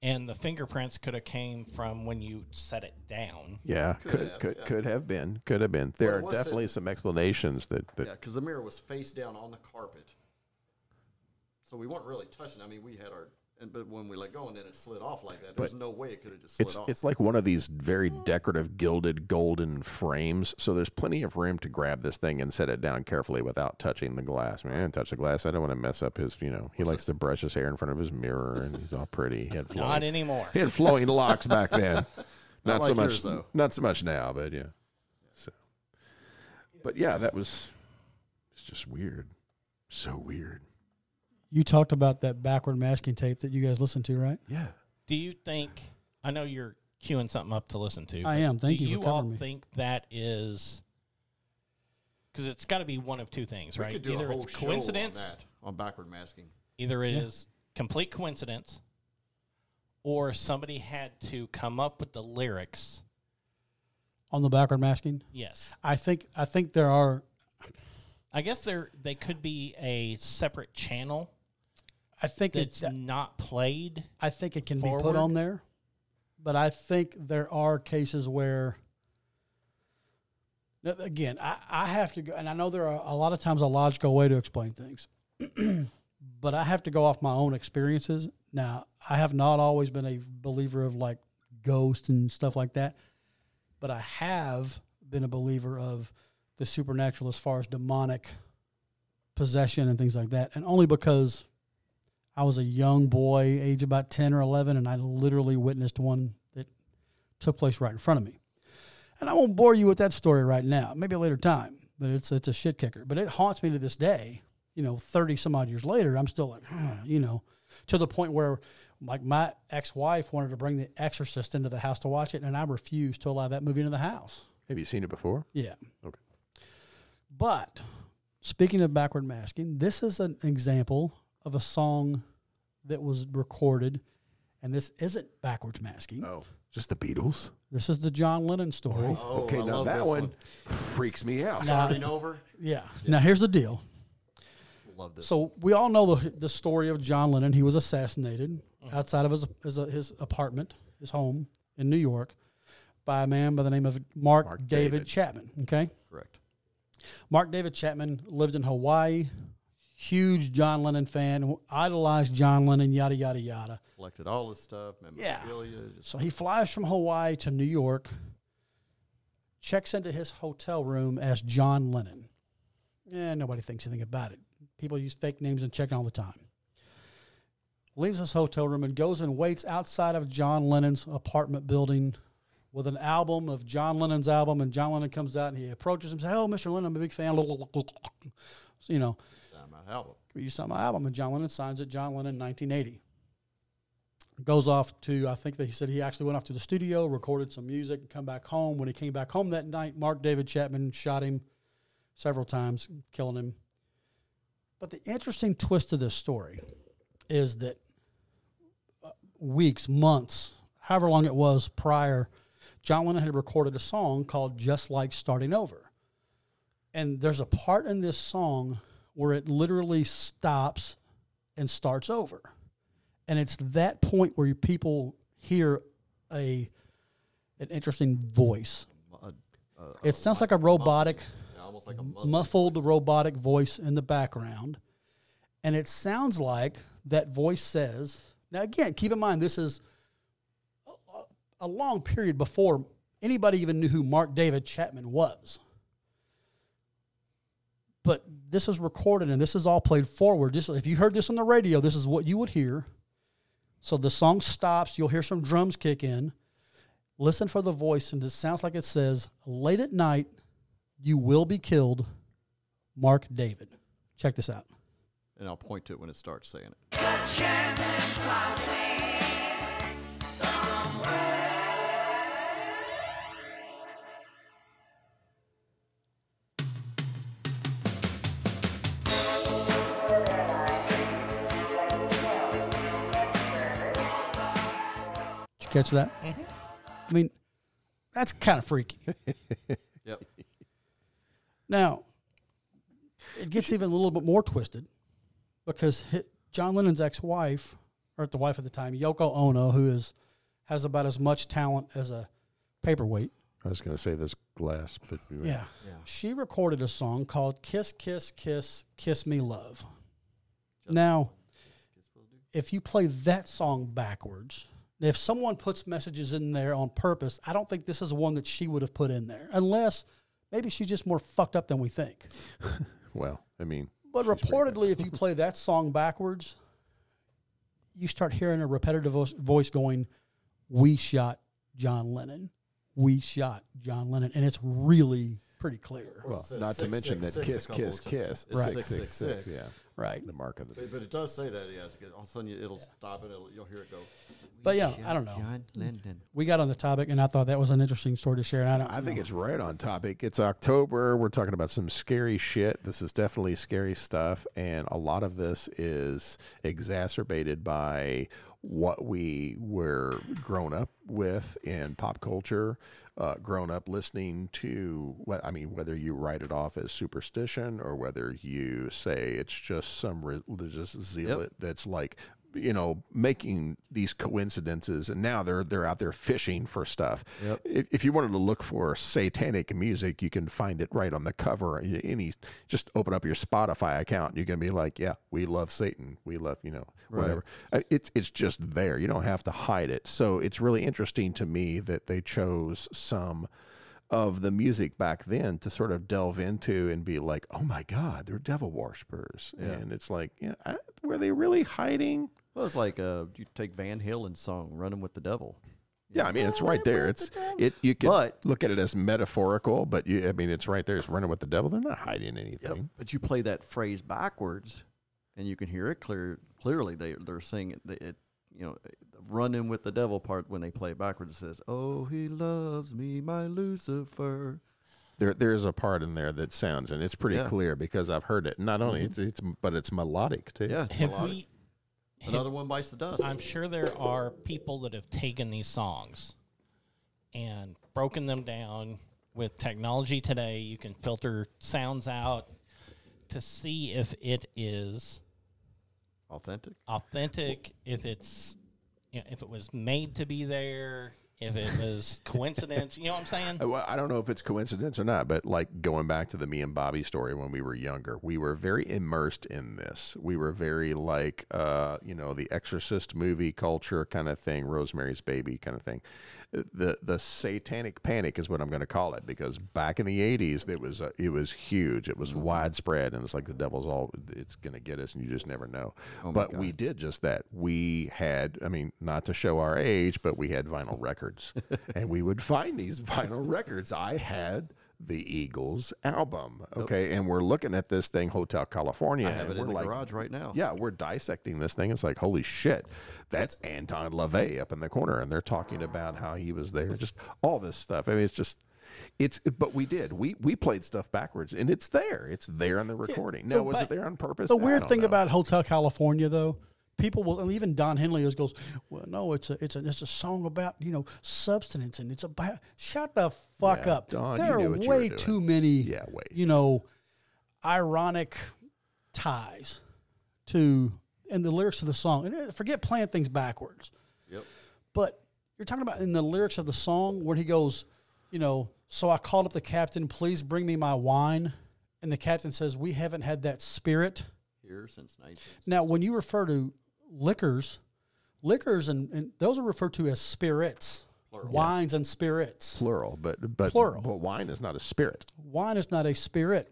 And the fingerprints could have came from when you set it down. Yeah, Could could have, could could, yeah. have been, could have been. There it are was definitely sitting- some explanations that, that Yeah, because the mirror was face down on the carpet, so we weren't really touching. I mean, we had our, and, but when we let go and then it slid off like that, there's But no way it could have just slid It's off. it's like one of these very decorative gilded golden frames. So there's plenty of room to grab this thing and set it down carefully without touching the glass. I mean, I didn't touch the glass. I don't want to mess up his. You know, he likes to brush his hair in front of his mirror, and he's all pretty. He had flowing, Not anymore. he had flowing locks back then. Not, so like much. yours, though. not so much now, but yeah. So, but yeah, that was. It's just weird. So weird. You talked about that backward masking tape that you guys listened to, right? Yeah. Do you think? I know you're queuing something up to listen to. I but am. Thank do you for you all covering me. think that is? Because it's got to be one of two things, We right? could do a either whole it's show on coincidence, that, on backward masking. either it is Yeah. complete coincidence, or somebody had to come up with the lyrics. On the backward masking. Yes, I think I think there are. I guess there they could be a separate channel I think that's it's. not played. I think it can be forward. put on there, but I think there are cases where. Now, Again, I, I have to go, and I know there are a lot of times a logical way to explain things, but I have to go off my own experiences. Now, I have not always been a believer of like ghosts and stuff like that, but I have been a believer of the supernatural as far as demonic possession and things like that, and only because I was a young boy, age about ten or eleven, and I literally witnessed one that took place right in front of me. And I won't bore you with that story right now. Maybe at a later time, but it's it's a shit kicker. But it haunts me to this day. You know, thirty some odd years later, I'm still like, "Huh," you know, to the point where like my ex wife wanted to bring The Exorcist into the house to watch it, and I refused to allow that movie into the house. Have you seen it before? Yeah. Okay. But speaking of backward masking, this is an example of a song that was recorded, and this isn't backwards masking. Oh, just the Beatles. This is the John Lennon story. Oh, okay, I now love that this one, freaks me out. Starting over. Yeah. Now here's the deal. Love this. So we all know the the story of John Lennon. He was assassinated outside of his his, uh, his apartment, his home in New York, by a man by the name of Mark, Mark David, David. Chapman. Okay, Correct. Mark David Chapman lived in Hawaii. Huge John Lennon fan, idolized John Lennon. Yada yada yada. Collected all his stuff. Memorabilia. Just, So he flies from Hawaii to New York, checks into his hotel room as John Lennon. Yeah, nobody thinks anything about it. People use fake names and check all the time. Leaves his hotel room and goes and waits outside of John Lennon's apartment building with an album of John Lennon's album. And John Lennon comes out and he approaches him and says, Oh, Mr. Lennon, I'm a big fan. So, you know, sign my album. we used on my album, and John Lennon signs it, John Lennon, 1980. Goes off to, I think that he said he actually went off to the studio, recorded some music, and come back home. When he came back home that night, Mark David Chapman shot him several times, killing him. But the interesting twist to this story is that uh, weeks, months, however long it was prior, John Lennon had recorded a song called Just Like Starting Over. And there's a part in this song where it literally stops and starts over. And it's that point where you people hear a an interesting voice. Uh, uh, It sounds like a robotic yeah, almost like a muzzle. muffled robotic voice in the background. And it sounds like that voice says, now again, keep in mind, this is a, a long period before anybody even knew who Mark David Chapman was. But this is recorded and this is all played forward. This, if you heard this on the radio, this is what you would hear. So the song stops, you'll hear some drums kick in. Listen for the voice, and it sounds like it says, Late at night, you will be killed, Mark David. Check this out. and I'll point to it when it starts saying it. Did you catch that? I mean, that's kind of freaky. Yep. Now, it gets even a little bit more twisted because hi John Lennon's ex-wife, or the wife at the time, Yoko Ono, who is has about as much talent as a paperweight. I was going to say this glass, but you- Yeah. She recorded a song called Kiss, Kiss, Kiss, Kiss Me Love. now, if you play that song backwards, if someone puts messages in there on purpose, I don't think this is one that she would have put in there, unless maybe she's just more fucked up than we think. well, I mean, But reportedly, if you play that song backwards, you start hearing a repetitive vo- voice going, We shot John Lennon. We shot John Lennon. And it's really pretty clear. well, It says not to six, mention six, that six a kiss, couple kiss, of kiss, times. It's Right. six, six, six, yeah, Right. the mark of the But, but it does say that, yes. 'cause All of a sudden, you- it'll stop and it'll, you'll hear it go. But yeah, I don't know. John Lennon. We got on the topic, and I thought that was an interesting story to share. And I, don't, I think it's right on topic. It's October. We're talking about some scary shit. This is definitely scary stuff. And a lot of this is exacerbated by what we were grown up with in pop culture, uh, grown up listening to what I mean, whether you write it off as superstition or whether you say it's just some religious zealot that's like, you know, making these coincidences, and now they're they're out there fishing for stuff. If, if you wanted to look for satanic music, you can find it right on the cover. You- Any, just open up your Spotify account, and you can be like, "Yeah, we love Satan. We love you know whatever." Uh, It's it's just there. You don't have to hide it. So it's really interesting to me that they chose some of the music back then to sort of delve into and be like, oh my God, they're devil worshippers. And it's like, you know, I, were they really hiding? Well, it's like uh, you take Van Halen's song "Running with the Devil." Yeah, I mean it's right there. It's it. You could But- look at it as metaphorical, but you, I mean it's right there. It's running with the devil. They're not hiding anything. But you play that phrase backwards, and you can hear it clear clearly. They they're singing it. it you know, running with the devil part when they play it backwards. It says, "Oh, he loves me, my Lucifer." There, there is a part in there that sounds, and it's pretty Yeah. Mm-hmm. clear because I've heard it. Not only it's, it's, but it's melodic too. Yeah, Have melodic. we? have- another one bites the dust. I'm sure there are people that have taken these songs and broken them down with technology today. You can filter sounds out to see if it is Authentic. authentic, if it's you know, if it was made to be there, if it was coincidence. you know what I'm saying? Uh, Well, I don't know if it's coincidence or not, but like going back to the me and Bobby story when we were younger, we were very immersed in this. We were very like, uh, you know, the Exorcist movie culture kind of thing, Rosemary's Baby kind of thing. The the Satanic Panic is what I'm going to call it because back in the '80s, it was uh, it was huge, it was Mm-hmm. widespread, and it's like the devil's all it's going to get us, and you just never know. Oh but we did just that. We had, I mean, not to show our age, but we had vinyl records, and we would find these vinyl records. I had the Eagles album, okay, and we're looking at this thing, Hotel California, Oh. I have and it we're in the like, garage right now. yeah, we're dissecting this thing. It's like, holy shit, that's Anton LaVey up in the corner, and they're talking about how he was there. Just all this stuff. I mean, it's just, it's. But we did. We we played stuff backwards, and it's there. It's there in the recording. Now, was it but there on purpose? The I weird don't thing know. about Hotel California, though, people will, and even Don Henley just goes, "Well, no, it's a, it's a, it's a song about you know substance, and it's about shut the fuck Yeah, up. Don, you there knew are what you were way doing. too many, Yeah, way you know, ironic ties to and the lyrics of the song. And uh, forget playing things backwards. Yep. But you're talking about in the lyrics of the song where he goes, you know, so I called up the captain, please bring me my wine. And the captain says, We haven't had that spirit. Here since 19. Now, when you refer to liquors, liquors and, and those are referred to as spirits, wines and spirits. plural, but but Plural. But wine is not a spirit. Wine is not a spirit.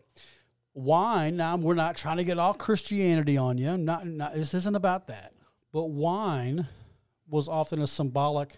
Wine, now we're not trying to get all Christianity on you. Not, not this isn't about that. But wine was often a symbolic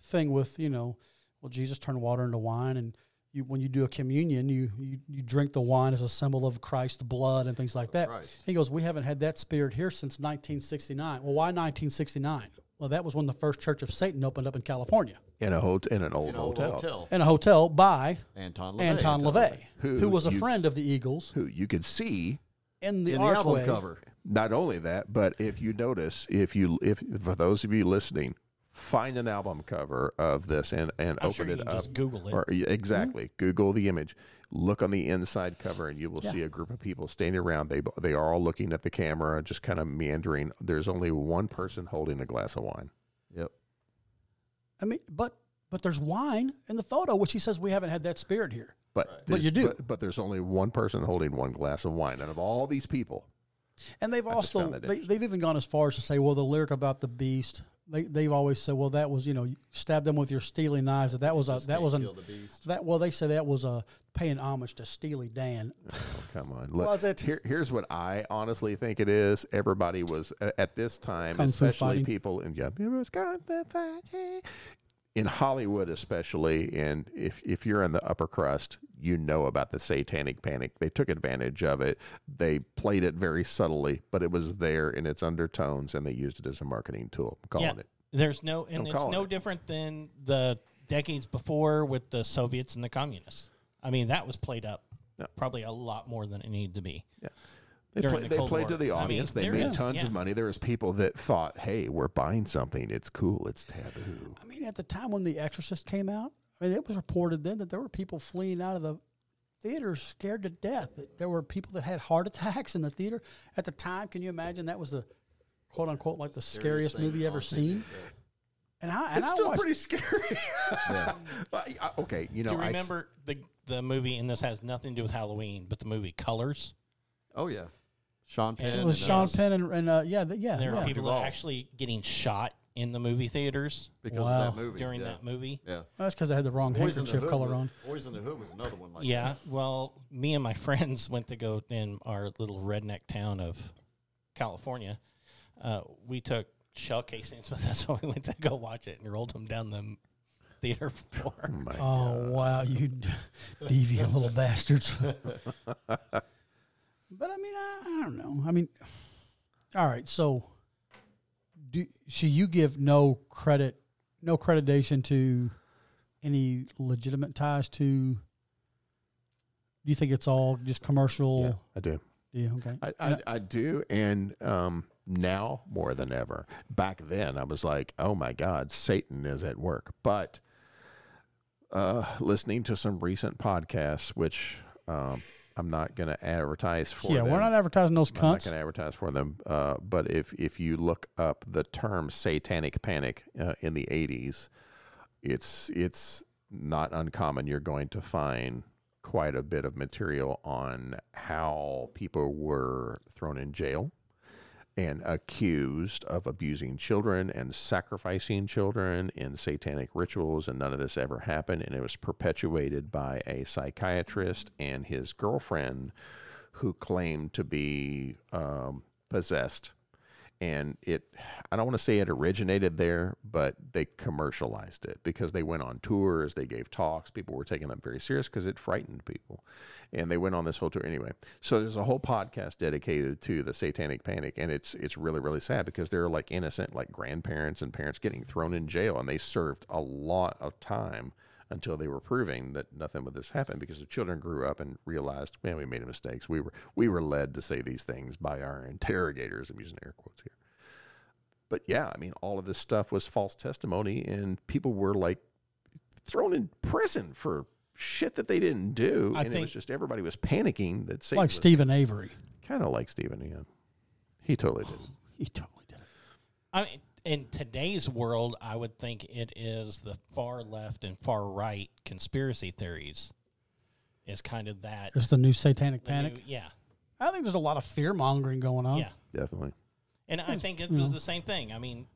thing with, you know, well, Jesus turned water into wine and you, when you do a communion, you, you you drink the wine as a symbol of Christ's blood and things like that. Christ. He goes, we haven't had that spirit here since 1969. Well, why 1969? Well, that was when the first Church of Satan opened up in California In a hotel, in an old In a hotel. hotel. in a hotel by Anton LaVey. Anton LaVey, Who who, was a you- friend of the Eagles Who you could see. in the In the archway. album cover. Not only that, but if you notice, if you if for those of you listening, find an album cover of this and and I'm open sure it you can up. just Google it. Mm-hmm. Or, yeah, exactly. Google the image. Look on the inside cover, and you will see a group of people standing around. They they are all looking at the camera, just kind of meandering. There's only one person holding a glass of wine. Yep. I mean, but but there's wine in the photo, which he says we haven't had that spirit here. But But you there's- do. But, but there's only one person holding one glass of wine out of all these people. And they've I just also found that they, they've even gone as far as to say, well, the lyric about the beast. They, they've always said, well, that was you know, you stab them with your steely knives. That that was a that was an Kill the beast. that well, they say that was a paying homage to Steely Dan. Come on. Look, Was it? Here, here's what I honestly think it is. Everybody was uh, at this time, Kung Fu especially fighting. people in yeah, it was Kung Fu fighting. in Hollywood, especially, and if if you're in the upper crust, you know about the Satanic Panic. They took advantage of it. They played it very subtly, but it was there in its undertones, and they used it as a marketing tool. I'm calling yeah, it. There's no, I'm and it's calling no it. different than the decades before with the Soviets and the communists. I mean, that was played up Yeah. probably a lot more than it needed to be. They, during play, the they Cold played War. to the I mean, audience. they there made is, tons yeah. of money. There was people that thought, "Hey, we're buying something. It's cool. It's taboo." I mean, at the time when The Exorcist came out, I mean, it was reported then that there were people fleeing out of the theaters scared to death. That there were people that had heart attacks in the theater at the time. Can you imagine that was the quote unquote like the Scariest scariest movie thing ever on seen? TV, And I and it's I still watched pretty scary. Well, I- I- okay, you know, Do you I s- remember the the movie? And this has nothing to do with Halloween, but the movie Colors. Oh yeah. Sean Penn. it was and, uh, Sean Penn and, and uh, yeah th- yeah, There are yeah. people that Duvall. actually getting shot in the movie theaters because of Wow. that movie. during yeah. that movie. Yeah. That's because I had the wrong Boys in the handkerchief Hood color was- on. Boys in the Hood was another one like yeah. that. Well, me and my friends went to go in our little redneck town of California. Uh, we took shell casings with us when we went to go watch it and rolled them down the theater floor. My Oh wow, you d- deviant little bastards! but I mean, I, I don't know. I mean, all right. So, do so you give no credit, no creditation to any legitimate ties to? Do you think it's all just Yeah, commercial? I do. Yeah. okay. I, I, I do, and um, now more than ever. Back then, I was like, "Oh my God, Satan is at work." But uh, listening to some recent podcasts, which um, I'm not going to advertise for. yeah, we're them. not advertising those I'm not cunts. going to advertise for them. Uh, but if if you look up the term "satanic panic" uh, in the '80s, it's it's not uncommon. You're going to find quite a bit of material on how people were thrown in jail and accused of abusing children and sacrificing children in satanic rituals, and none of this ever happened. And it was perpetuated by a psychiatrist and his girlfriend who claimed to be um, possessed. And it, I don't want to say it originated there, but they commercialized it because they went on tours, they gave talks, people were taking them very serious because it frightened people. And they went on this whole tour anyway. So there's a whole podcast dedicated to the satanic panic. And it's, it's really, really sad because they're like innocent, like grandparents and parents getting thrown in jail. And they served a lot of time until they were proving that nothing with this happened because the children grew up and realized, man, we made mistakes. We were we were led to say these things by our interrogators. I'm using air quotes here. But yeah, I mean, all of this stuff was false testimony, and people were like thrown in prison for shit that they didn't do. I and it was think- just everybody was panicking that Satan like Stephen Avery, kind of like Stephen Ian. He totally did. he totally did. it. I mean, in today's world, I would think it is the far left and far right conspiracy theories is kind of that It's the new satanic the new- panic. yeah, I think there's a lot of fear mongering going on. yeah, Definitely. and I think it was the same thing. I mean,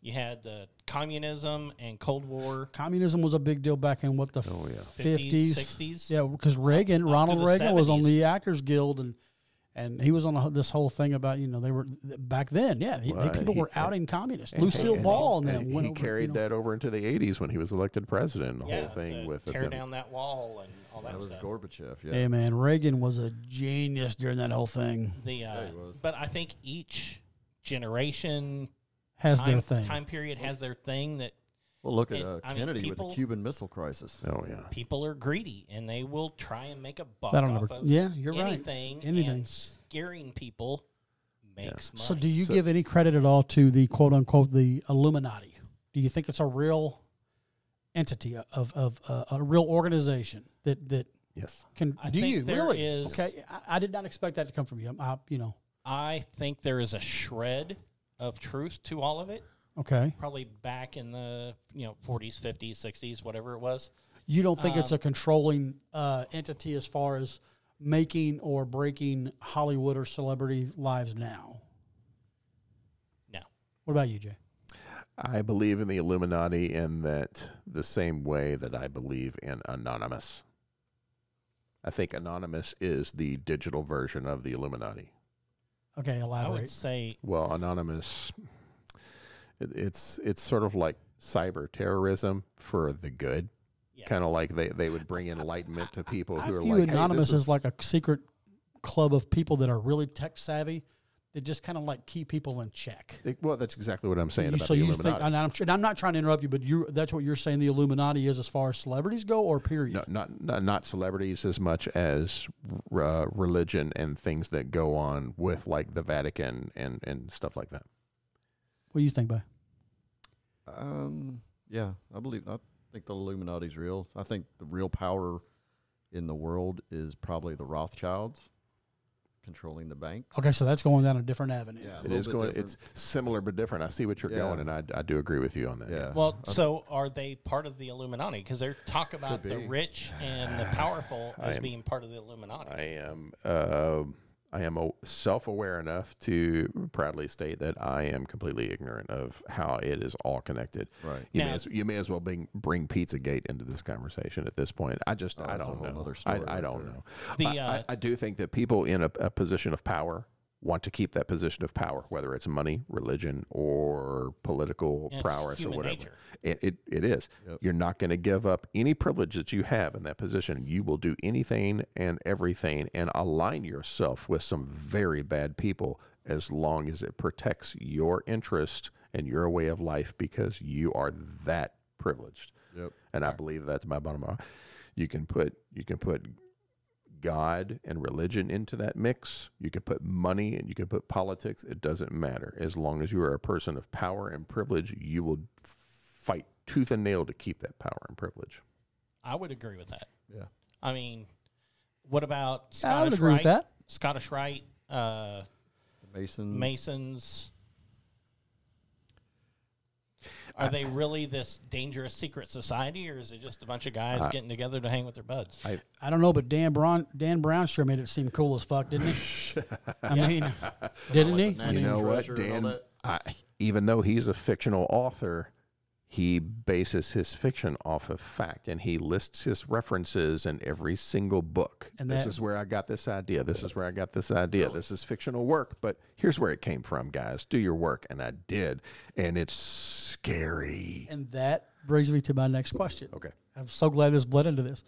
you had the communism and Cold War. communism was a big deal back in what the Oh, yeah. 50s, 60s. Yeah, because Reagan, to Ronald the Reagan was on 70s. the Actors Guild and and he was on a, this whole thing about, you know, they were back then, yeah, the- the Well, people he- were outing communists. And- Lucille and- Ball and, then and went he over, carried you know, that over into the 80s when he was elected president. The Yeah, whole thing the with the tear Dem- down that wall and all that, That was stuff. Gorbachev, yeah. Hey man, Reagan was a genius during that whole thing. The uh, he was. but I think each generation Has time, their thing. time period has their thing that Well, look at It- uh, I mean, Kennedy with people- the Cuban Missile Crisis. Oh yeah. people are greedy and they will try and make a buck That'll off never- of yeah, you're right. anything, Anything. and scaring people makes money. So do you give any credit at all to the quote unquote the Illuminati? Do you think it's a real entity of of uh, a real organization that that Yes. Can I do think you there really? is- okay, I, I did not expect that to come from you. I, you know, I think there is a shred of truth to all of it. okay. Probably back in the you know 40s, 50s, 60s, whatever it was. You don't think Um, it's a controlling uh, entity as far as making or breaking Hollywood or celebrity lives now. No, What about you, Jay? I believe in the Illuminati in that the same way that I believe in Anonymous. I think Anonymous is the digital version of the Illuminati. Okay, I elaborate. would say Well, Anonymous, it- it's it's sort of like cyber terrorism for the good. Yeah. Kind of like they, they would bring enlightenment to people I who are view like "Hey, this anonymous is as like a secret club of people that are really tech savvy that just kind of like keep people in check. It- well, that's exactly what I'm saying You- about so the you Illuminati. think, and I'm, and I'm not trying to interrupt you, but you—that's what you're saying. The Illuminati is as far as celebrities go, or period. no, not, not not celebrities as much as uh, religion and things that go on with like the Vatican and and stuff like that. What do you think, by? Um, yeah, I believe I think the Illuminati's real. I think the real power in the world is probably the Rothschilds controlling the banks. Okay, so that's going down a different avenue. Yeah, a It little is bit going. different. It's similar but different. I see what you're Yeah. going, and I, I do agree with you on that. yeah. Well, Uh, so are they part of the Illuminati? Because they talk about Could the be. rich and the powerful I as am- being part of the Illuminati. I am. um I am a- self-aware enough to proudly state that I am completely ignorant of how it is all connected. Right. You, may, Now- as, you may as well bring bring Pizzagate into this conversation at this point. I just I Oh, that's a don't whole know. nother I, story I right don't there. know. The, I- I, uh, I do think that people in a, a position of power want to keep that position of power, whether it's money, religion, or political It's prowess or human whatever. nature. It, it, it is. You're not going to give up any privilege that you have in that position. You will do anything and everything and align yourself with some very bad people as long as it protects your interest and your way of life because you are that privileged. Yep. And I believe that's my bottom line. You can put you can put God and religion into that mix. You can put money and you can put politics. It doesn't matter. As long as you are a person of power and privilege, you will f- fight tooth and nail to keep that power and privilege. I would agree with that. Yeah. I mean, what about Yeah, I would Scottish agree Rite? with that. Mm. Scottish Rite, uh, The Masons. Masons. Are they really this dangerous secret society, or is it just a bunch of guys getting together to hang with their buds? I don't know, but Dan Brown Dan Brown sure made it seem cool as fuck, didn't he? I mean, didn't he? I You mean, know what, treasure and all Dan? that. I, even though he's a fictional author, he bases his fiction off of fact, and he lists his references in every single book. And this that- is where I got this idea. This is where I got this idea. This is fictional work, but here's where it came from, guys. Do your work, and I did, and it's scary. And that brings me to my next question. Okay, I'm so glad this bled into this.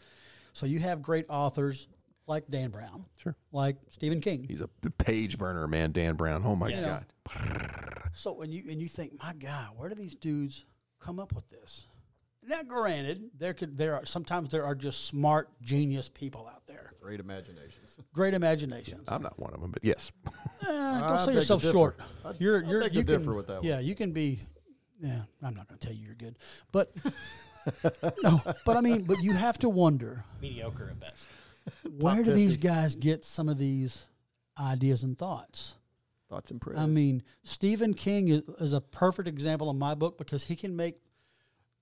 So you have great authors like Dan Brown, sure. like Stephen King. He's a page burner, man. Dan Brown. Oh my You know, God. So when you and you think, my God, where do these dudes come up with this? Now, granted, there could there are sometimes there are just smart genius people out there, Great imaginations. great imaginations. I'm not one of them, but yes. Eh, I don't sell beg to yourself differ. short. I- You're I you're beg to you can, differ with that one. Yeah, you can be. Yeah, I'm not going to tell you you're good, but no, but I mean, but you have to wonder Mediocre at best. where do these guys get some of these ideas and thoughts? Thoughts and prayers. I mean, Stephen King is, is a perfect example in my book because he can make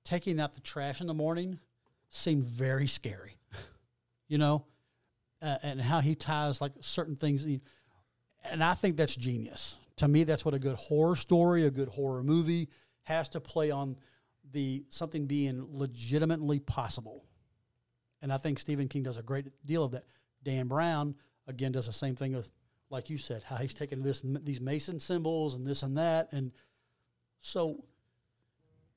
taking out the trash in the morning seem very scary, you know, uh, and how he ties like certain things. he- and I think that's genius. To me, that's what a good horror story, a good horror movie has to play on the something being legitimately possible. And I think Stephen King does a great deal of that. Dan Brown again does the same thing with, like you said, how he's taking this these Mason symbols and this and that. And so,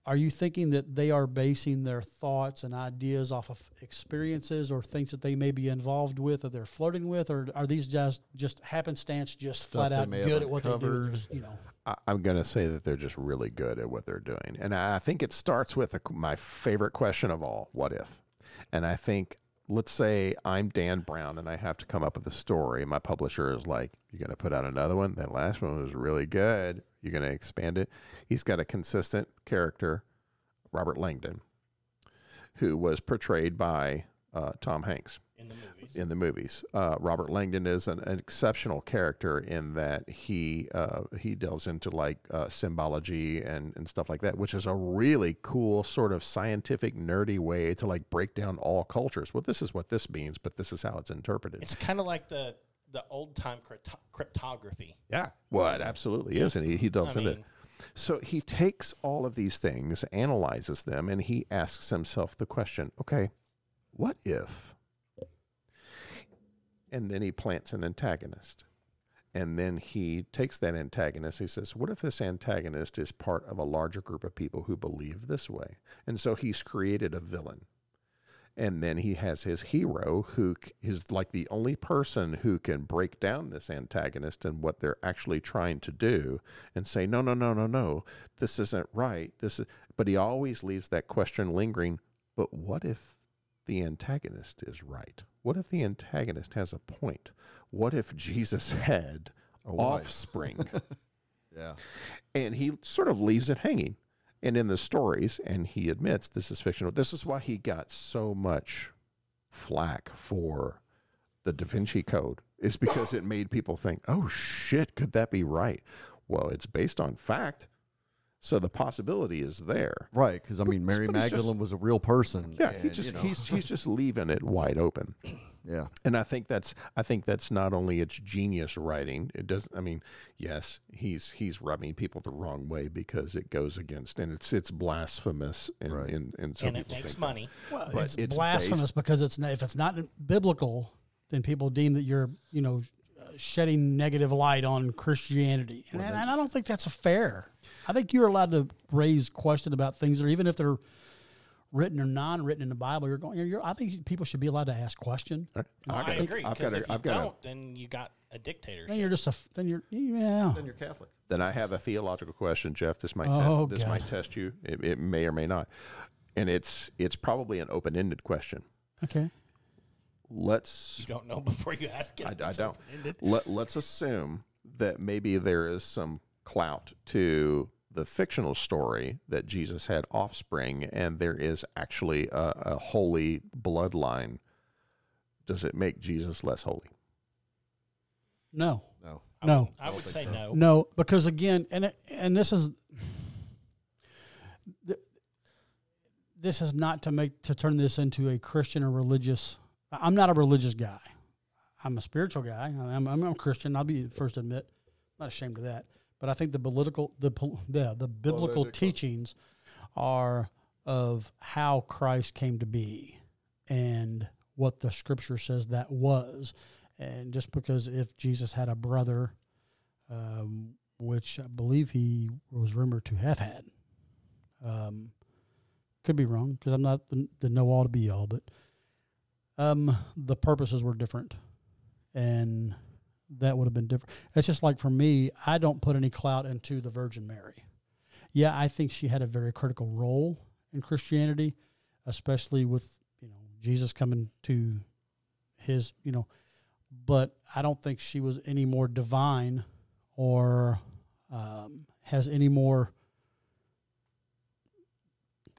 are you thinking that they are basing their thoughts and ideas off of experiences or things that they may be involved with or they're flirting with, or are these guys just happenstance, just flat they out may good have at what they do? and uncovered. just, You know, I- I'm going to say that they're just really good at what they're doing. And I I think it starts with a, my favorite question of all what if? And I think, let's say I'm Dan Brown and I have to come up with a story. My publisher is like, You're going to put out another one? That last one was really good. You're going to expand it. He's got a consistent character, Robert Langdon, who was portrayed by uh, Tom Hanks In the movies, in the movies. Uh, Robert Langdon is an, an exceptional character in that he uh, he delves into like uh, symbology and, and stuff like that, which is a really cool sort of scientific nerdy way to like break down all cultures. Well, this is what this means, but this is how it's interpreted. it's kind of like the the old time crypto- cryptography. yeah, well, it absolutely is, and he, he delves I into. it. mean- So he takes all of these things, analyzes them, and he asks himself the question: Okay, what if? And then he plants an antagonist. And then he takes that antagonist. He says, What if this antagonist is part of a larger group of people who believe this way? And so he's created a villain. And then he has his hero, who c- is like the only person who can break down this antagonist and what they're actually trying to do and say, No, no, no, no, no, this isn't right. This is... But he always leaves that question lingering. But what if the antagonist is right? What if the antagonist has a point? What if Jesus had wife. offspring? yeah. and he sort of leaves it hanging. And in the stories, and he admits this is fictional. This is why he got so much flack for the Da Vinci Code, is because it made people think, oh shit, could that be right? Well, it's based on fact. So the possibility is there. Right, because I mean, Mary but he's just- Magdalene was a real person. Yeah, he and, just you know, he's he's just leaving it wide open. yeah, And I think that's I think that's not only it's genius writing. It doesn't. I mean, yes, he's he's rubbing people the wrong way because it goes against and it's it's blasphemous and Right. and, and so and it makes money. Well, But it's, it's blasphemous because it's not, if it's not biblical, then people deem that you're you know uh, shedding negative light on Christianity, and, and I don't think that's fair. I think you're allowed to raise question about things, or even if they're written or non-written in the Bible, you're going. You're, you're- I think people should be allowed to ask question. I, gotta- agree. I've Because gotta- if you I've gotta- don't, then you got a dictatorship. Then you're just a f- then you're yeah. you're Catholic. Then I have a theological question, Jeff. This might Oh, test, this God. might test you. It, it may or may not, and it's it's probably an open ended question. Okay. Let's you don't know before you ask it. I, I don't. Let, let's assume that maybe there is some clout to the fictional story that Jesus had offspring, and there is actually a, a holy bloodline. Does it make Jesus less holy? No. No, No. I would say no. No, because again, and it- and this is th- this is not to make to turn this into a Christian or religious. I- I'm not a religious guy. I'm a spiritual guy. I- I'm I'm a Christian. I'll be first to admit, I'm not ashamed of that. But I think the political the pol- the, the biblical teachings are of how Christ came to be and what the Scripture says that was. And just because if Jesus had a brother um, which I believe he was rumored to have had. Um, could be wrong because I'm not the, the know all to be all, but um, the purposes were different, and that would have been different. It's just like for me, I don't put any clout into the Virgin Mary. Yeah, I think she had a very critical role in Christianity, especially with you know Jesus coming to his you know but I don't think she was any more divine or um, has any more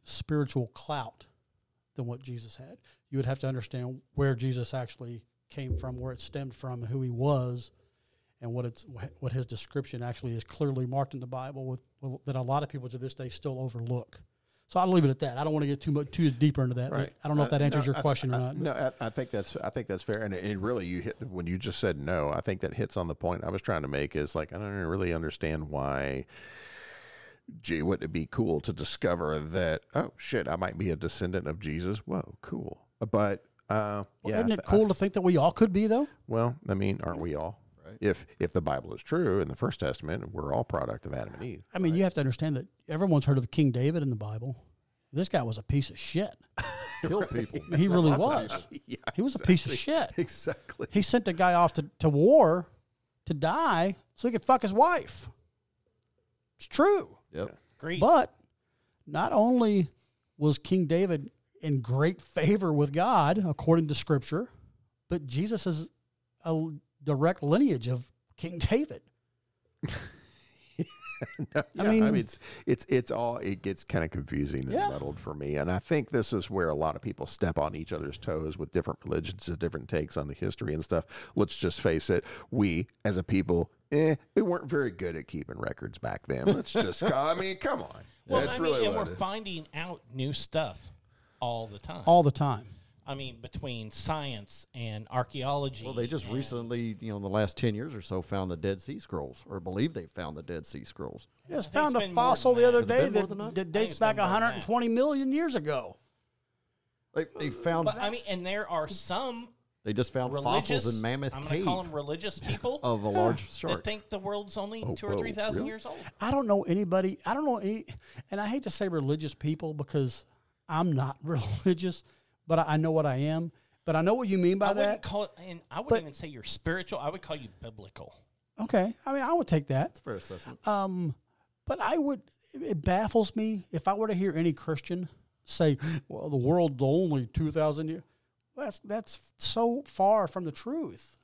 spiritual clout than what Jesus had. You would have to understand where Jesus actually came from, where it stemmed from, who he was, and what it's what his description actually is clearly marked in the Bible with, with that a lot of people to this day still overlook. So I'll leave it at that. I don't want to get too much too deeper into that. but I don't know if that answers your question or not. Uh, No, I, I think that's I think that's fair. And, and really, you hit when you just said no. I think that hits on the point I was trying to make. Is like I don't really understand why. Gee, wouldn't it be cool to discover that? Oh shit, I might be a descendant of Jesus. Whoa, cool. But uh, Well, yeah, I isn't it th- I cool to think that we all could be though? Well, I mean, aren't we all? If if the Bible is true in the First Testament, we're all product of Adam and Eve. I mean, you have to understand that everyone's heard of King David in the Bible. This guy was a piece of shit. kill people. He really was. He was a piece of shit. Exactly. He sent a guy off to, to war to die so he could fuck his wife. It's true. Yep. Greed. But not only was King David in great favor with God, according to Scripture, but Jesus is a direct lineage of King David. Yeah, I mean- it's it's it's all it gets kind of confusing and Yeah. muddled for me, and I think this is where a lot of people step on each other's toes with different religions and different takes on the history and stuff. Let's just face it, we as a people, eh, we weren't very good at keeping records back then. Let's just, I mean, come on, well, that's I mean, really and what we're it- finding out new stuff all the time. All the time. I mean, between science and archaeology. Well, they just and- recently, you know, in the last ten years or so, found the Dead Sea Scrolls, or believe they found the Dead Sea Scrolls. I just I think found it's a been more than fossil the that. other Has it day been more that, than that? that think dates it's back been more than that. 120 million years ago. They, they found. But I mean, and there are some they just found religious. fossils in Mammoth I'm to Cave call them religious people of a large that shark. think the world's only Oh, two or whoa, three thousand really? years old. I don't know anybody. I don't know any, and I hate to say religious people because I'm not religious, but I, I know what I am. But I know what you mean by I that. wouldn't call it, and I wouldn't But- even say you're spiritual. I would call you biblical. okay, I mean I would take that. That's a fair assessment. Um, but I would. It baffles me if I were to hear any Christian say, "Well, the world's only two thousand years." That's that's so far from the truth.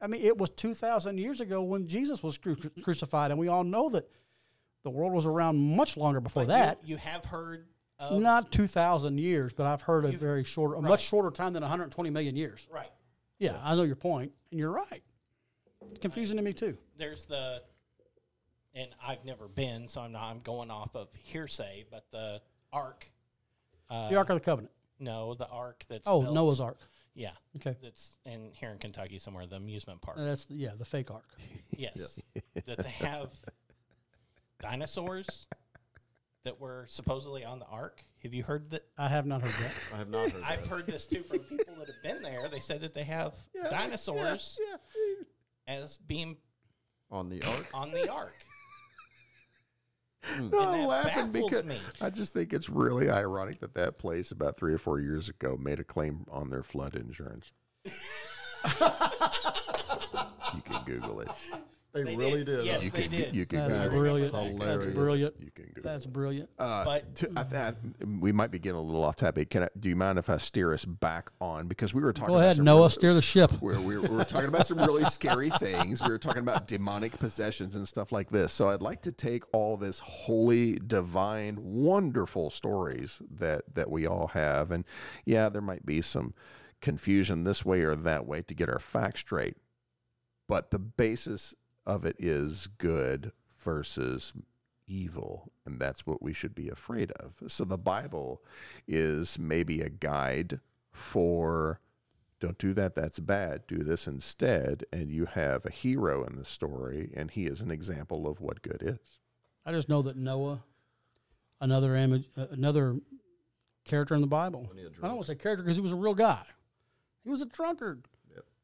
I mean, it was two thousand years ago when Jesus was cru- crucified, and we all know that the world was around much longer before But you- that. you, have heard of Not two thousand years, but I've heard a uh, You've- very short, a right. much shorter time than one hundred twenty million years. right. Yeah, I know your point, and you're right. It's confusing to me too. There's the and I've never been, so I'm not. I'm going off of hearsay, but the Ark. Uh, the Ark of the Covenant. No, the Ark that's. Oh, built- Noah's Ark. Yeah, Okay. that's in here in Kentucky somewhere, the amusement park. And that's the, yeah, the fake Ark. Yes. that they have dinosaurs that were supposedly on the ark. Have you heard that? I have not heard that. I have not heard I've heard this too from people that have been there. They said that they have dinosaurs as being on the ark. on the ark. No, that I'm laughing baffles because me. I just think it's really ironic that that place about three or four years ago made a claim on their flood insurance. you can Google it. They, They really did. did. uh, Yes, You they can, go- did. You can That's Google brilliant. It. You can That's Google it. brilliant. You can Google That's it. brilliant. but To- I th- I th- we might be getting a little off topic. Can I, do you mind if I steer us back on because we were talking? Go ahead, about some Noah. real- Steer the ship. where we were, we were talking about some really scary things. We were talking about demonic possessions and stuff like this. So I'd like to take all this holy, divine, wonderful stories that that we all have, and yeah, there might be some confusion this way or that way to get our facts straight, but the basis of it is good versus evil and that's what we should be afraid of so the bible is maybe a guide for don't do that that's bad do this instead and you have a hero in the story and he is an example of what good is I just know that Noah, another image, uh, another character in the Bible. I don't want to say character because he was a real guy. He was a drunkard.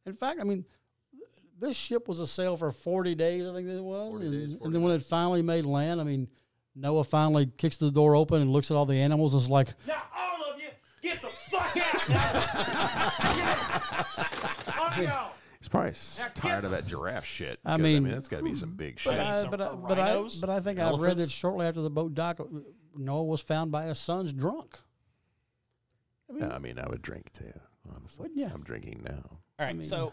In fact, I mean, th- this ship was a sail for forty days. I think it was, and, and then when it finally made land, I mean, Noah finally kicks the door open and looks at all the animals. and is like, Now, all of you, get the fuck out now! Fuck y'all! he's probably s- tired of that giraffe shit I 'cause, mean- that's got to be some big shit but I, some Uh, but, I, but, I, rhinos, but I think I read that shortly after the boat dock, uh, Noah was found by his sons drunk. Yeah, I mean i would drink too honestly Wouldn't ya? i'm drinking now All right, so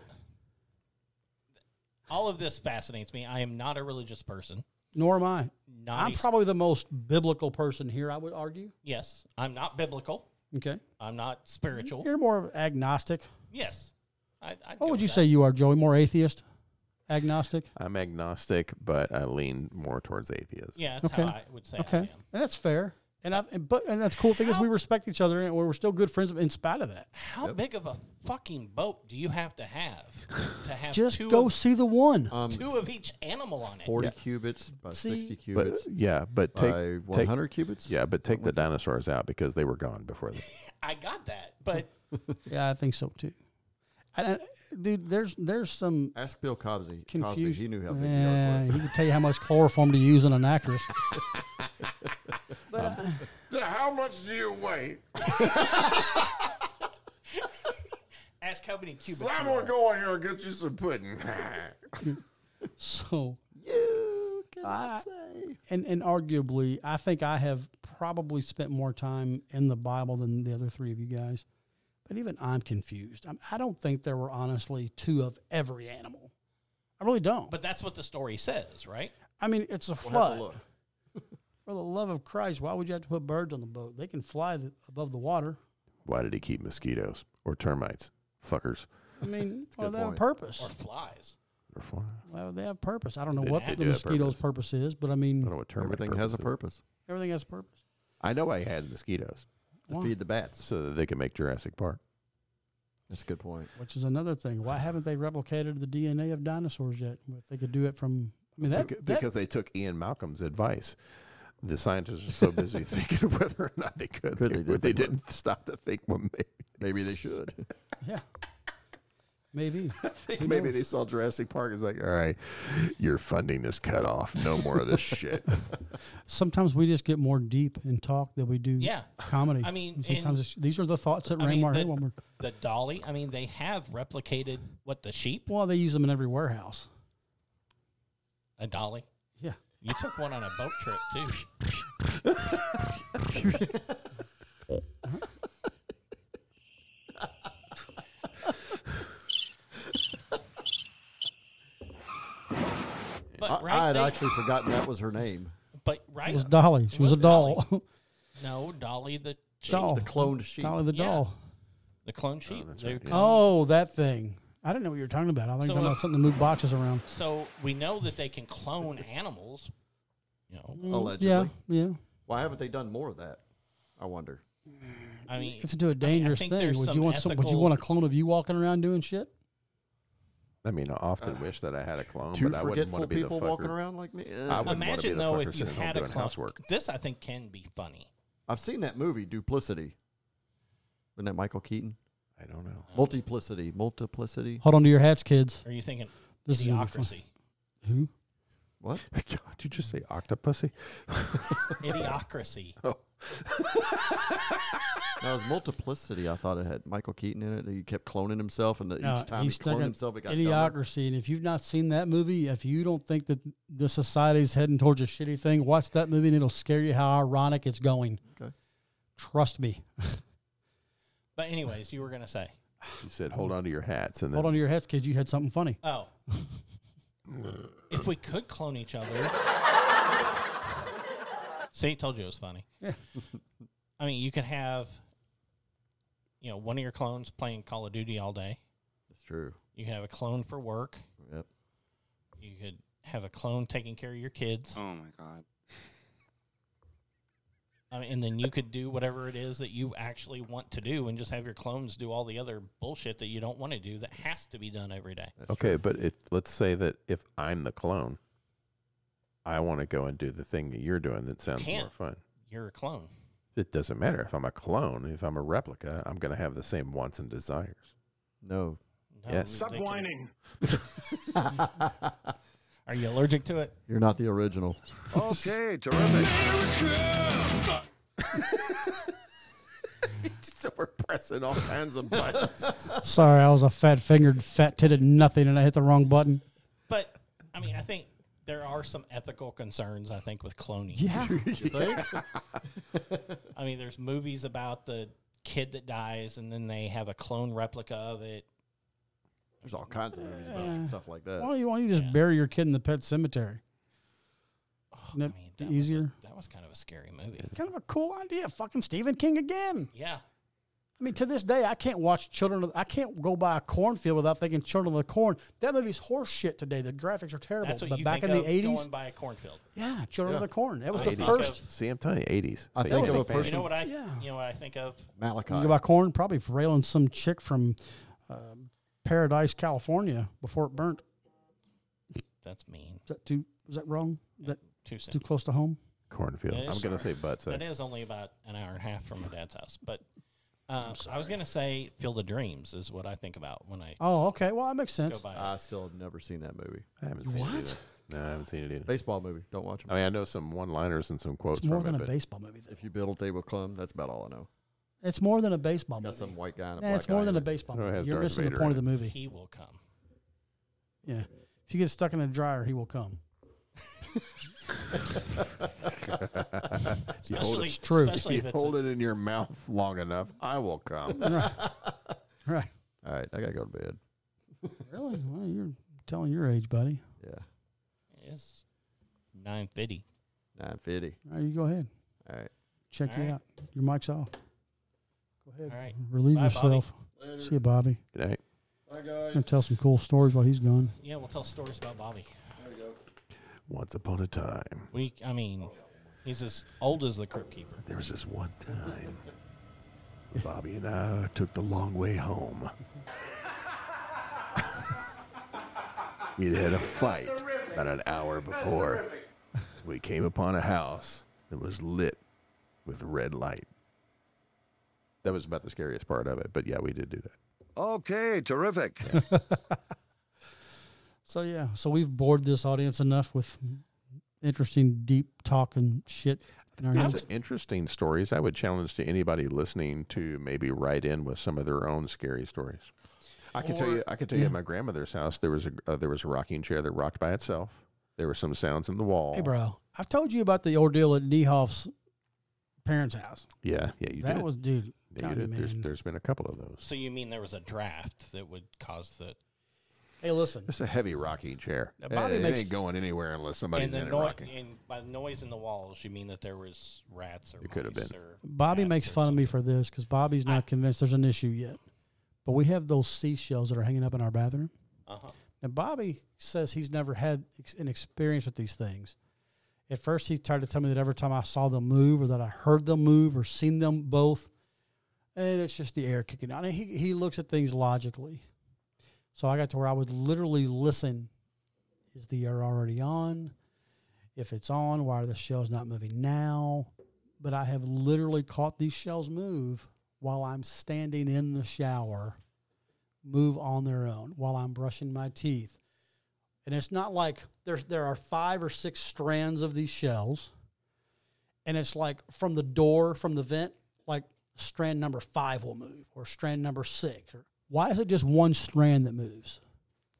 all of this fascinates me. I am not a religious person. Nor am I. Not I'm a s- probably the most biblical person here. I would argue. yes. I'm not biblical. Okay. I'm not spiritual. You're more agnostic. Yes. I, I'd What go would with you that. say you are, Joey? More atheist? Agnostic? i'm agnostic but i lean more towards atheism Yeah, that's how I would say I am. Okay. And that's fair. And I and, but and that's the cool thing is we respect each other and we're still good friends in spite of that. How big of a fucking boat do you have to have to have Just two, go of, Uh. see the one. Um, two of each animal on it? forty cubits by sixty but cubits yeah but take, by one take hundred cubits. yeah but take the dinosaurs out because they were gone before that I got that, but yeah, I think so too. And, uh, dude, there's there's some Ask Bill Cosby. Cosby, confusion. he knew how big yeah, the he ark was. could tell you how much chloroform to use in an actress. how much do you weigh ask how many cubits. i'm you gonna are. go in here and get you some pudding So I- and and arguably, I think I have probably spent more time in the Bible than the other three of you guys. But even I'm confused. I'm, I don't think there were honestly two of every animal. I really don't. But But that's what the story says, right? I mean, it's a We'll have flood. to look. For the love of Christ, why would you have to put birds on the boat? They can fly the, above the water. why did he keep mosquitoes or termites fuckers I mean, well, good they have a point. purpose. Or flies. or flies Well, they have purpose. I don't know They what had the to have mosquito's purpose. is, but I I mean, don't know what termite Everything has a is. purpose. everything has purpose. I know I had mosquitoes To feed the bats. so that they could make Jurassic Park. That's a good point. Which is another thing. Why haven't they replicated the DNA of dinosaurs yet? If they could do it from, I mean, that, Beca- that- because they took Ian Malcolm's advice. The scientists are so busy thinking of whether or not they could. Could they, they do they that? didn't stop to think. Well, maybe, Maybe they should. yeah, maybe. think maybe they saw Jurassic Park. It's like, all right, your funding is cut off. No more of this shit. Sometimes we just get more deep in talk than we do Yeah. comedy. I mean, And sometimes and- it's, these are the thoughts that I ring mean, our head the- when we're. The dolly. I mean, they have replicated what the sheep. Well, they use them in every warehouse. A dolly. Yeah, You took one on a boat trip too. I, But right, I had they- actually forgotten that was her name. but right, it was Dolly. She was, was a doll. no, Dolly the sheep, doll. The cloned sheep. Dolly the Yeah. doll. the clone sheep. They're cloned. Oh, that thing. I didn't know what you were talking about. I think So you're talking if- about something to move boxes around. So we know that they can clone animals. You know, allegedly. Yeah, yeah. Why haven't they done more of that? I wonder. I mean, It's into a dangerous think thing. there's Would you some want some, Would you ethical- want a clone of you walking around doing shit? I mean, I often wish that I had a clone, Two but I wouldn't want forgetful to be the people walking fucker. around like me. I Ugh. wouldn't wanna be imagine the though fucker if you sitting at home had a doing clone. housework. This I think can be funny. I've seen that movie, Duplicity. Isn't that Michael Keaton? I don't know. Multiplicity, multiplicity. Hold on to your hats, kids. Are you thinking This is gonna be fun. idiocracy? Who? What? God, you just say octopussy? idiocracy. That was multiplicity. I thought it had Michael Keaton in it. He kept cloning himself, and the, No, each time he he's stuck cloned in himself, it got dumber. Idiocracy. And if you've not seen that movie, if you don't think that the society's heading towards a shitty thing, watch that movie and it'll scare you how ironic it's going. Okay. Trust me. But anyways, you were gonna say. You said hold on to your hats, and then Hold on to your hats, kids. You had something funny. Oh. if we could clone each other. See, told you it was funny. I mean, you could have, you know, one of your clones playing Call of Duty all day. It's true. You could have a clone for work. Yep. You could have a clone taking care of your kids. Oh my god. I mean, and then you could do whatever it is that you actually want to do and just have your clones do all the other bullshit that you don't want to do that has to be done every day. That's okay, but if, let's say that if I'm the clone, I want to go and do the thing that you're doing that sounds more can't. fun. You're a clone. It doesn't matter if I'm a clone. If I'm a replica, I'm going to have the same wants and desires. No. No, Yes. they can- Are you allergic to it? You're not the original. Okay, terrific. so we're pressing all kinds of buttons. Sorry, I was a fat fingered, fat titted nothing and I hit the wrong button. But I mean, I think there are some ethical concerns. I think with cloning. I mean, there's movies about the kid that dies, and then they have a clone replica of it. There's all kinds of movies about stuff like that. Why don't you, why don't you just bury your kid in the pet cemetery? Isn't Oh, I that mean, that Was easier? a, that was kind of a scary movie. Kind of a cool idea. Fucking Stephen King again. Yeah. I mean, to this day, I can't watch Children of. I can't go by a cornfield without thinking Children of the Corn. That movie's horse shit today. The graphics are terrible. That's what but you back think in of the eighties, going by a cornfield. yeah, Children of Yeah. the Corn. That was the 80s. first. See, I'm telling you, 80s. I So think you of a go back. person. You know what I? Yeah. You know what I think of? Malachi. You go by corn, probably railing some chick from uh, Paradise, California, before it burnt. That's mean. Is that too? Was that wrong? Is that Too too soon. close to home? Cornfield. Yeah, I'm going to sorry. say butt sex. That is only about an hour and a half from my dad's house, but. Um, I was gonna say "Field of Dreams" is what I think about when I Oh, okay. Well, that makes go sense. by. I still have never seen that movie. I haven't seen it either. No, I haven't seen it either. Baseball movie. Don't watch them. I mean, I know some one-liners and some quotes It's more from than it, a but baseball movie. Though. If you build, they will come. That's about all I know. It's more than a baseball Got movie. some white guy and a Nah, black it's more guy than a in it. baseball It movie. has You're Darth missing the Vader point of in the movie. he will come. Yeah. If you get stuck in a dryer, he will come. you hold Especially, it, true. if Especially you if, it's hold a, it in your mouth long enough, I will come. Right. All right, I gotta go to bed. Really? Well, you're telling your age, buddy. Yeah, it's nine fifty. nine fifty. All right, you go ahead. All right. Check you All right. out. Your mic's off. Go ahead. All right. Relieve Bye, yourself. See you, Bobby. Good night. I'm gonna tell some cool stories while he's gone. Yeah, we'll tell stories about Bobby. Once upon a time, We, I mean, he's as old as the Crypt Keeper. there was this one time Bobby and I took the long way home. We'd had a fight about an hour before. We came upon a house that was lit with red light. That was about the scariest part of it, but yeah, we did do that. Okay, terrific. So yeah, so we've bored this audience enough with interesting, deep talk and shit. In our That's heads. interesting stories. I would challenge to anybody listening to maybe write in with some of their own scary stories. I can tell you. I can tell you. At my grandmother's house, there was a uh, there was a rocking chair that rocked by itself. There were some sounds in the wall. Hey, bro, I've told you about the ordeal at Niehoff's parents' house. Yeah, yeah, you that did. was, dude. yeah, you God, did. There's man. there's been a couple of those. So you mean there was a draft that would cause the Hey, listen, It's a heavy rocking chair. Now, Bobby it, makes- ain't going anywhere unless and somebody's the in it noise rocking. and by the noise in the walls? You mean that there was rats or It could have mice been. or Bobby cats makes or fun of me for this because Bobby's not convinced there's an issue yet. But we have those seashells that are hanging up in our bathroom. something. Uh-huh. Now, Bobby says he's never had ex- an experience with these things. At first, he tried to tell me that every time I saw them move or that I heard them move or seen them both, and it's just the air kicking out. And he, he looks at things logically. So I got to where I would literally listen is the air already on? If it's on, why are the shells not moving now? But I have literally caught these shells move while I'm standing in the shower, move on their own, while I'm brushing my teeth. And it's not like there's, there are five or six strands of these shells. And it's like from the door, from the vent, like strand number five will move or strand number six. Or why is it just one strand that moves?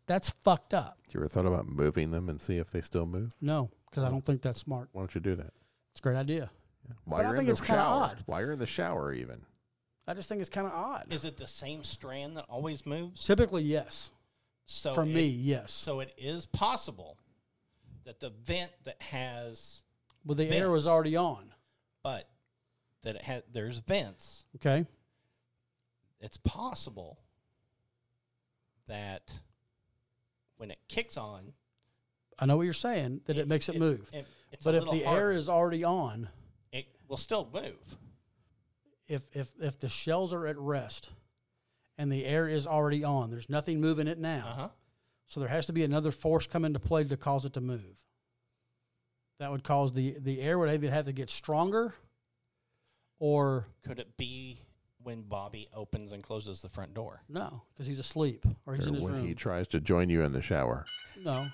That's fucked up. you ever thought about moving them and see if they still move? No, because I don't think that's smart. Why don't you do that? It's a great idea. While But I you're in think the it's kinda shower. odd. While you're in the shower, even. I just think it's kind of odd. Is it the same strand that always moves? Typically, yes. So For it- me, yes. So it is possible that the vent that has, but the air was vents. already on. but that it has, there's vents. Okay. It's possible that when it kicks on, I know what you're saying, that it it's- makes it, move. it's a but if little the air harder. is already on, it will still move. if, if, if the shells are at rest and the air is already on, there's nothing moving it now. Uh huh. So there has to be another force come into play to cause it to move. That would cause the, the air would either have to get stronger or Could it be when Bobby opens and closes the front door? no, because he's asleep or he's Or in his when room. he tries to join you in the shower. no,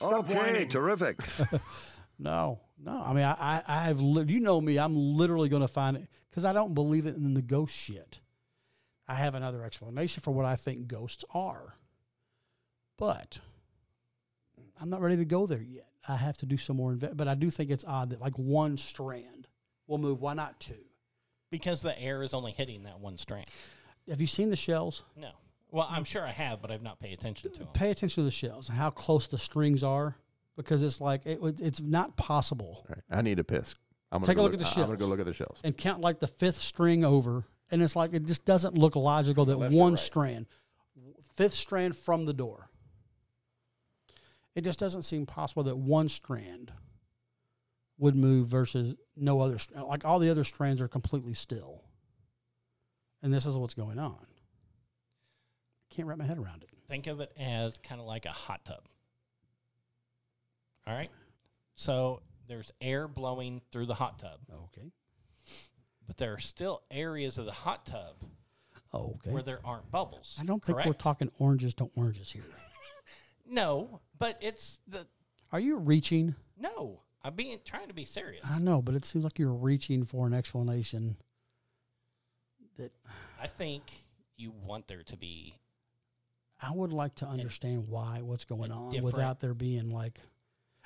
Okay, terrific. No, no. I mean, I, I, I have. Li- you know me. I'm literally going to find it because I don't believe it in the ghost shit. I have another explanation for what I think ghosts are, but I'm not ready to go there yet. I have to do some more. Inve- but I do think it's odd that like one strand will move. Why not two? Because the air is only hitting that one strand. Have you seen the shells? No. Well, I'm sure I have, but I've not paid attention to them. Pay attention to the shells and how close the strings are, because it's like it, would- it's not possible. All right, I need a piss. I'm gonna Take a go look at the I- I'm gonna go shells. look at the shells. and count like the fifth string over, and it's like it just doesn't look logical that Left or one right? strand, fifth strand from the door. It just doesn't seem possible that one strand would move versus no other str- like all the other strands are completely still. And this is what's going on. Can't wrap my head around it. Think of it as kind of like a hot tub. All right. So there's air blowing through the hot tub, Okay. but there are still areas of the hot tub Okay. where there aren't bubbles. I don't think we're correct? talking oranges to oranges here. No, but it's the Are you reaching? no. I'm being trying to be serious. I know, but it seems like you're reaching for an explanation that I think you want there to be I would like to understand why what's going on different- without there being like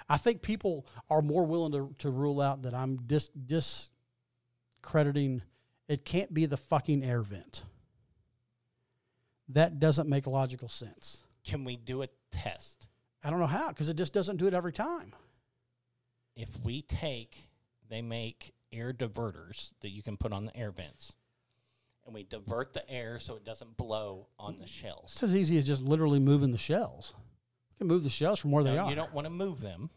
I think people are more willing to, to rule out that I'm dis discrediting it can't be the fucking air vent. That doesn't make logical sense. can we do a test? I don't know how because it just doesn't do it every time. If we take they make air diverters that you can put on the air vents. And we divert the air so it doesn't blow on the shells. It's as easy as just literally moving the shells. You can move the shells from where they No, are. You don't want to move them.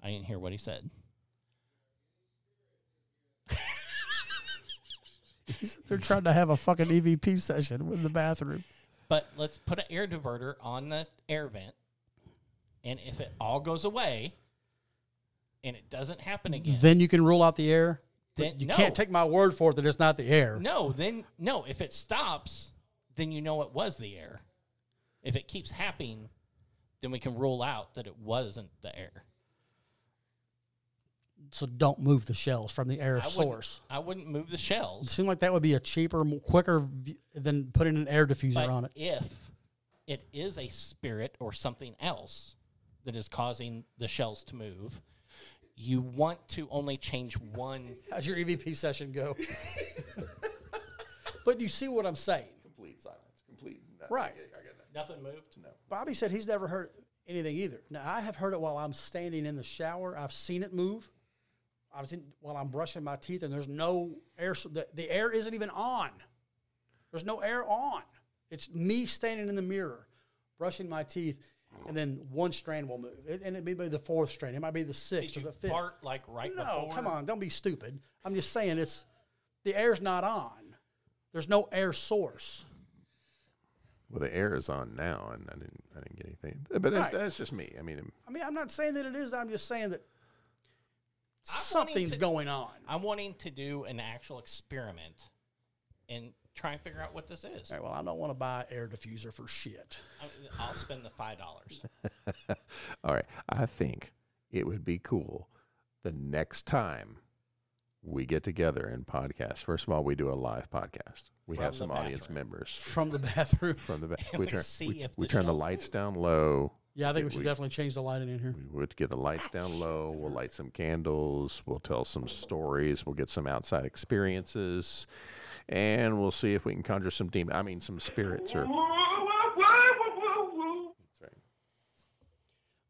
I didn't hear what he said. They're trying to have a fucking EVP session in the bathroom. But let's put an air diverter on the air vent. And if it all goes away and it doesn't happen again, Then you can rule out the air. but Then- you no. can't take my word for it that it's not the air. no, then no, if it stops, then you know it was the air. If it keeps happening, then we can rule out that it wasn't the air. So don't move the shells from the air I source. Wouldn't, I wouldn't move the It shells. seemed like that would be a cheaper, more- quicker v- than putting an air diffuser But on it. if it is a spirit or something else that is causing the shells to move, you want to only change one. How's your EVP session go? but you see what I'm saying. Complete silence. Complete. Right. Nothing moved. No. Bobby said he's never heard anything either. Now, I have heard it while I'm standing in the shower. I've seen it move. I've seen while I'm brushing my teeth, and there's no air. s- The, the air isn't even on. There's no air on. It's me standing in the mirror, brushing my teeth, and then one strand will move. It, and it may be the fourth strand. It might be the sixth or Did you the fifth. fart like right no, before? come on, don't be stupid. I'm just saying it's the air's not on. There's no air source. Well, the air is on now, and I didn't, I didn't get anything. But that's, Right. that's just me. I mean, I mean, I'm not saying that it is. I'm just saying that I wanted something's to- going on. I'm wanting to do an actual experiment and try and figure out what this is. All right, well, I don't want to buy air diffuser for shit. I- I'll spend the five dollars. all right. I think it would be cool the next time we get together and podcast. First of all, we do a live podcast. We have From some the audience bathroom. members From the bathroom. from the back. And we we turn, see we, if we the turn the job's lights down low. Yeah, I Yeah, think we should we- definitely change the lighting in here. We would get the lights down low. We'll light some candles. We'll tell some stories. We'll get some outside experiences, and we'll see if we can conjure some demon. I mean, some spirits or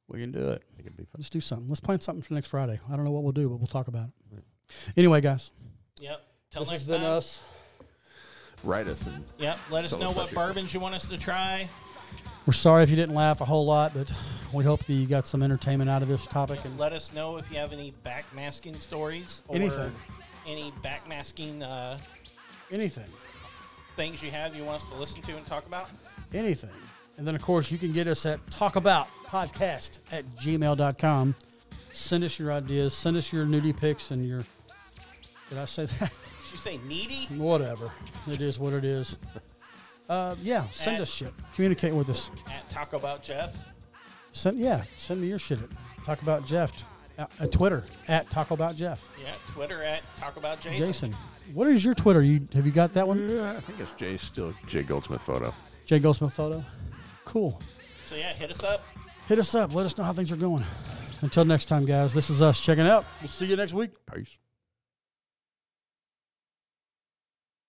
We can do it. it could be fun. Let's do something. Let's plan something for next Friday. I don't know what we'll do, but we'll talk about it. Anyway, guys, Yep. Till this next has been time. us. Write us and Yep. Let us Tell us know about what your- bourbons you want us to try. We're sorry if you didn't laugh a whole lot, but we hope that you got some entertainment out of this topic. And Let us know if you have any backmasking stories or Anything. any backmasking uh, anything, things you have you want us to listen to and talk about. anything. And then, of course, you can get us at talkaboutpodcast at gmail.com. Send us your ideas. Send us your nudie pics and your. Did I say that? Did you say needy? Whatever. It is what it is. Uh, yeah, send At- us shit. Communicate with us. At Taco About Jeff. Send yeah, send me your shit. At, talk about Jeff. Uh, uh, Twitter at Talk About Jeff. Yeah. Twitter at Talk About Jason. Jason, what is your Twitter? You have you got that one? Yeah, I think it's Jay still Jay Goldsmith photo. Jay Goldsmith photo. Cool. So yeah, hit us up. Hit us up. Let us know how things are going. Until next time, guys. This is us checking out. We'll see you next week. Peace.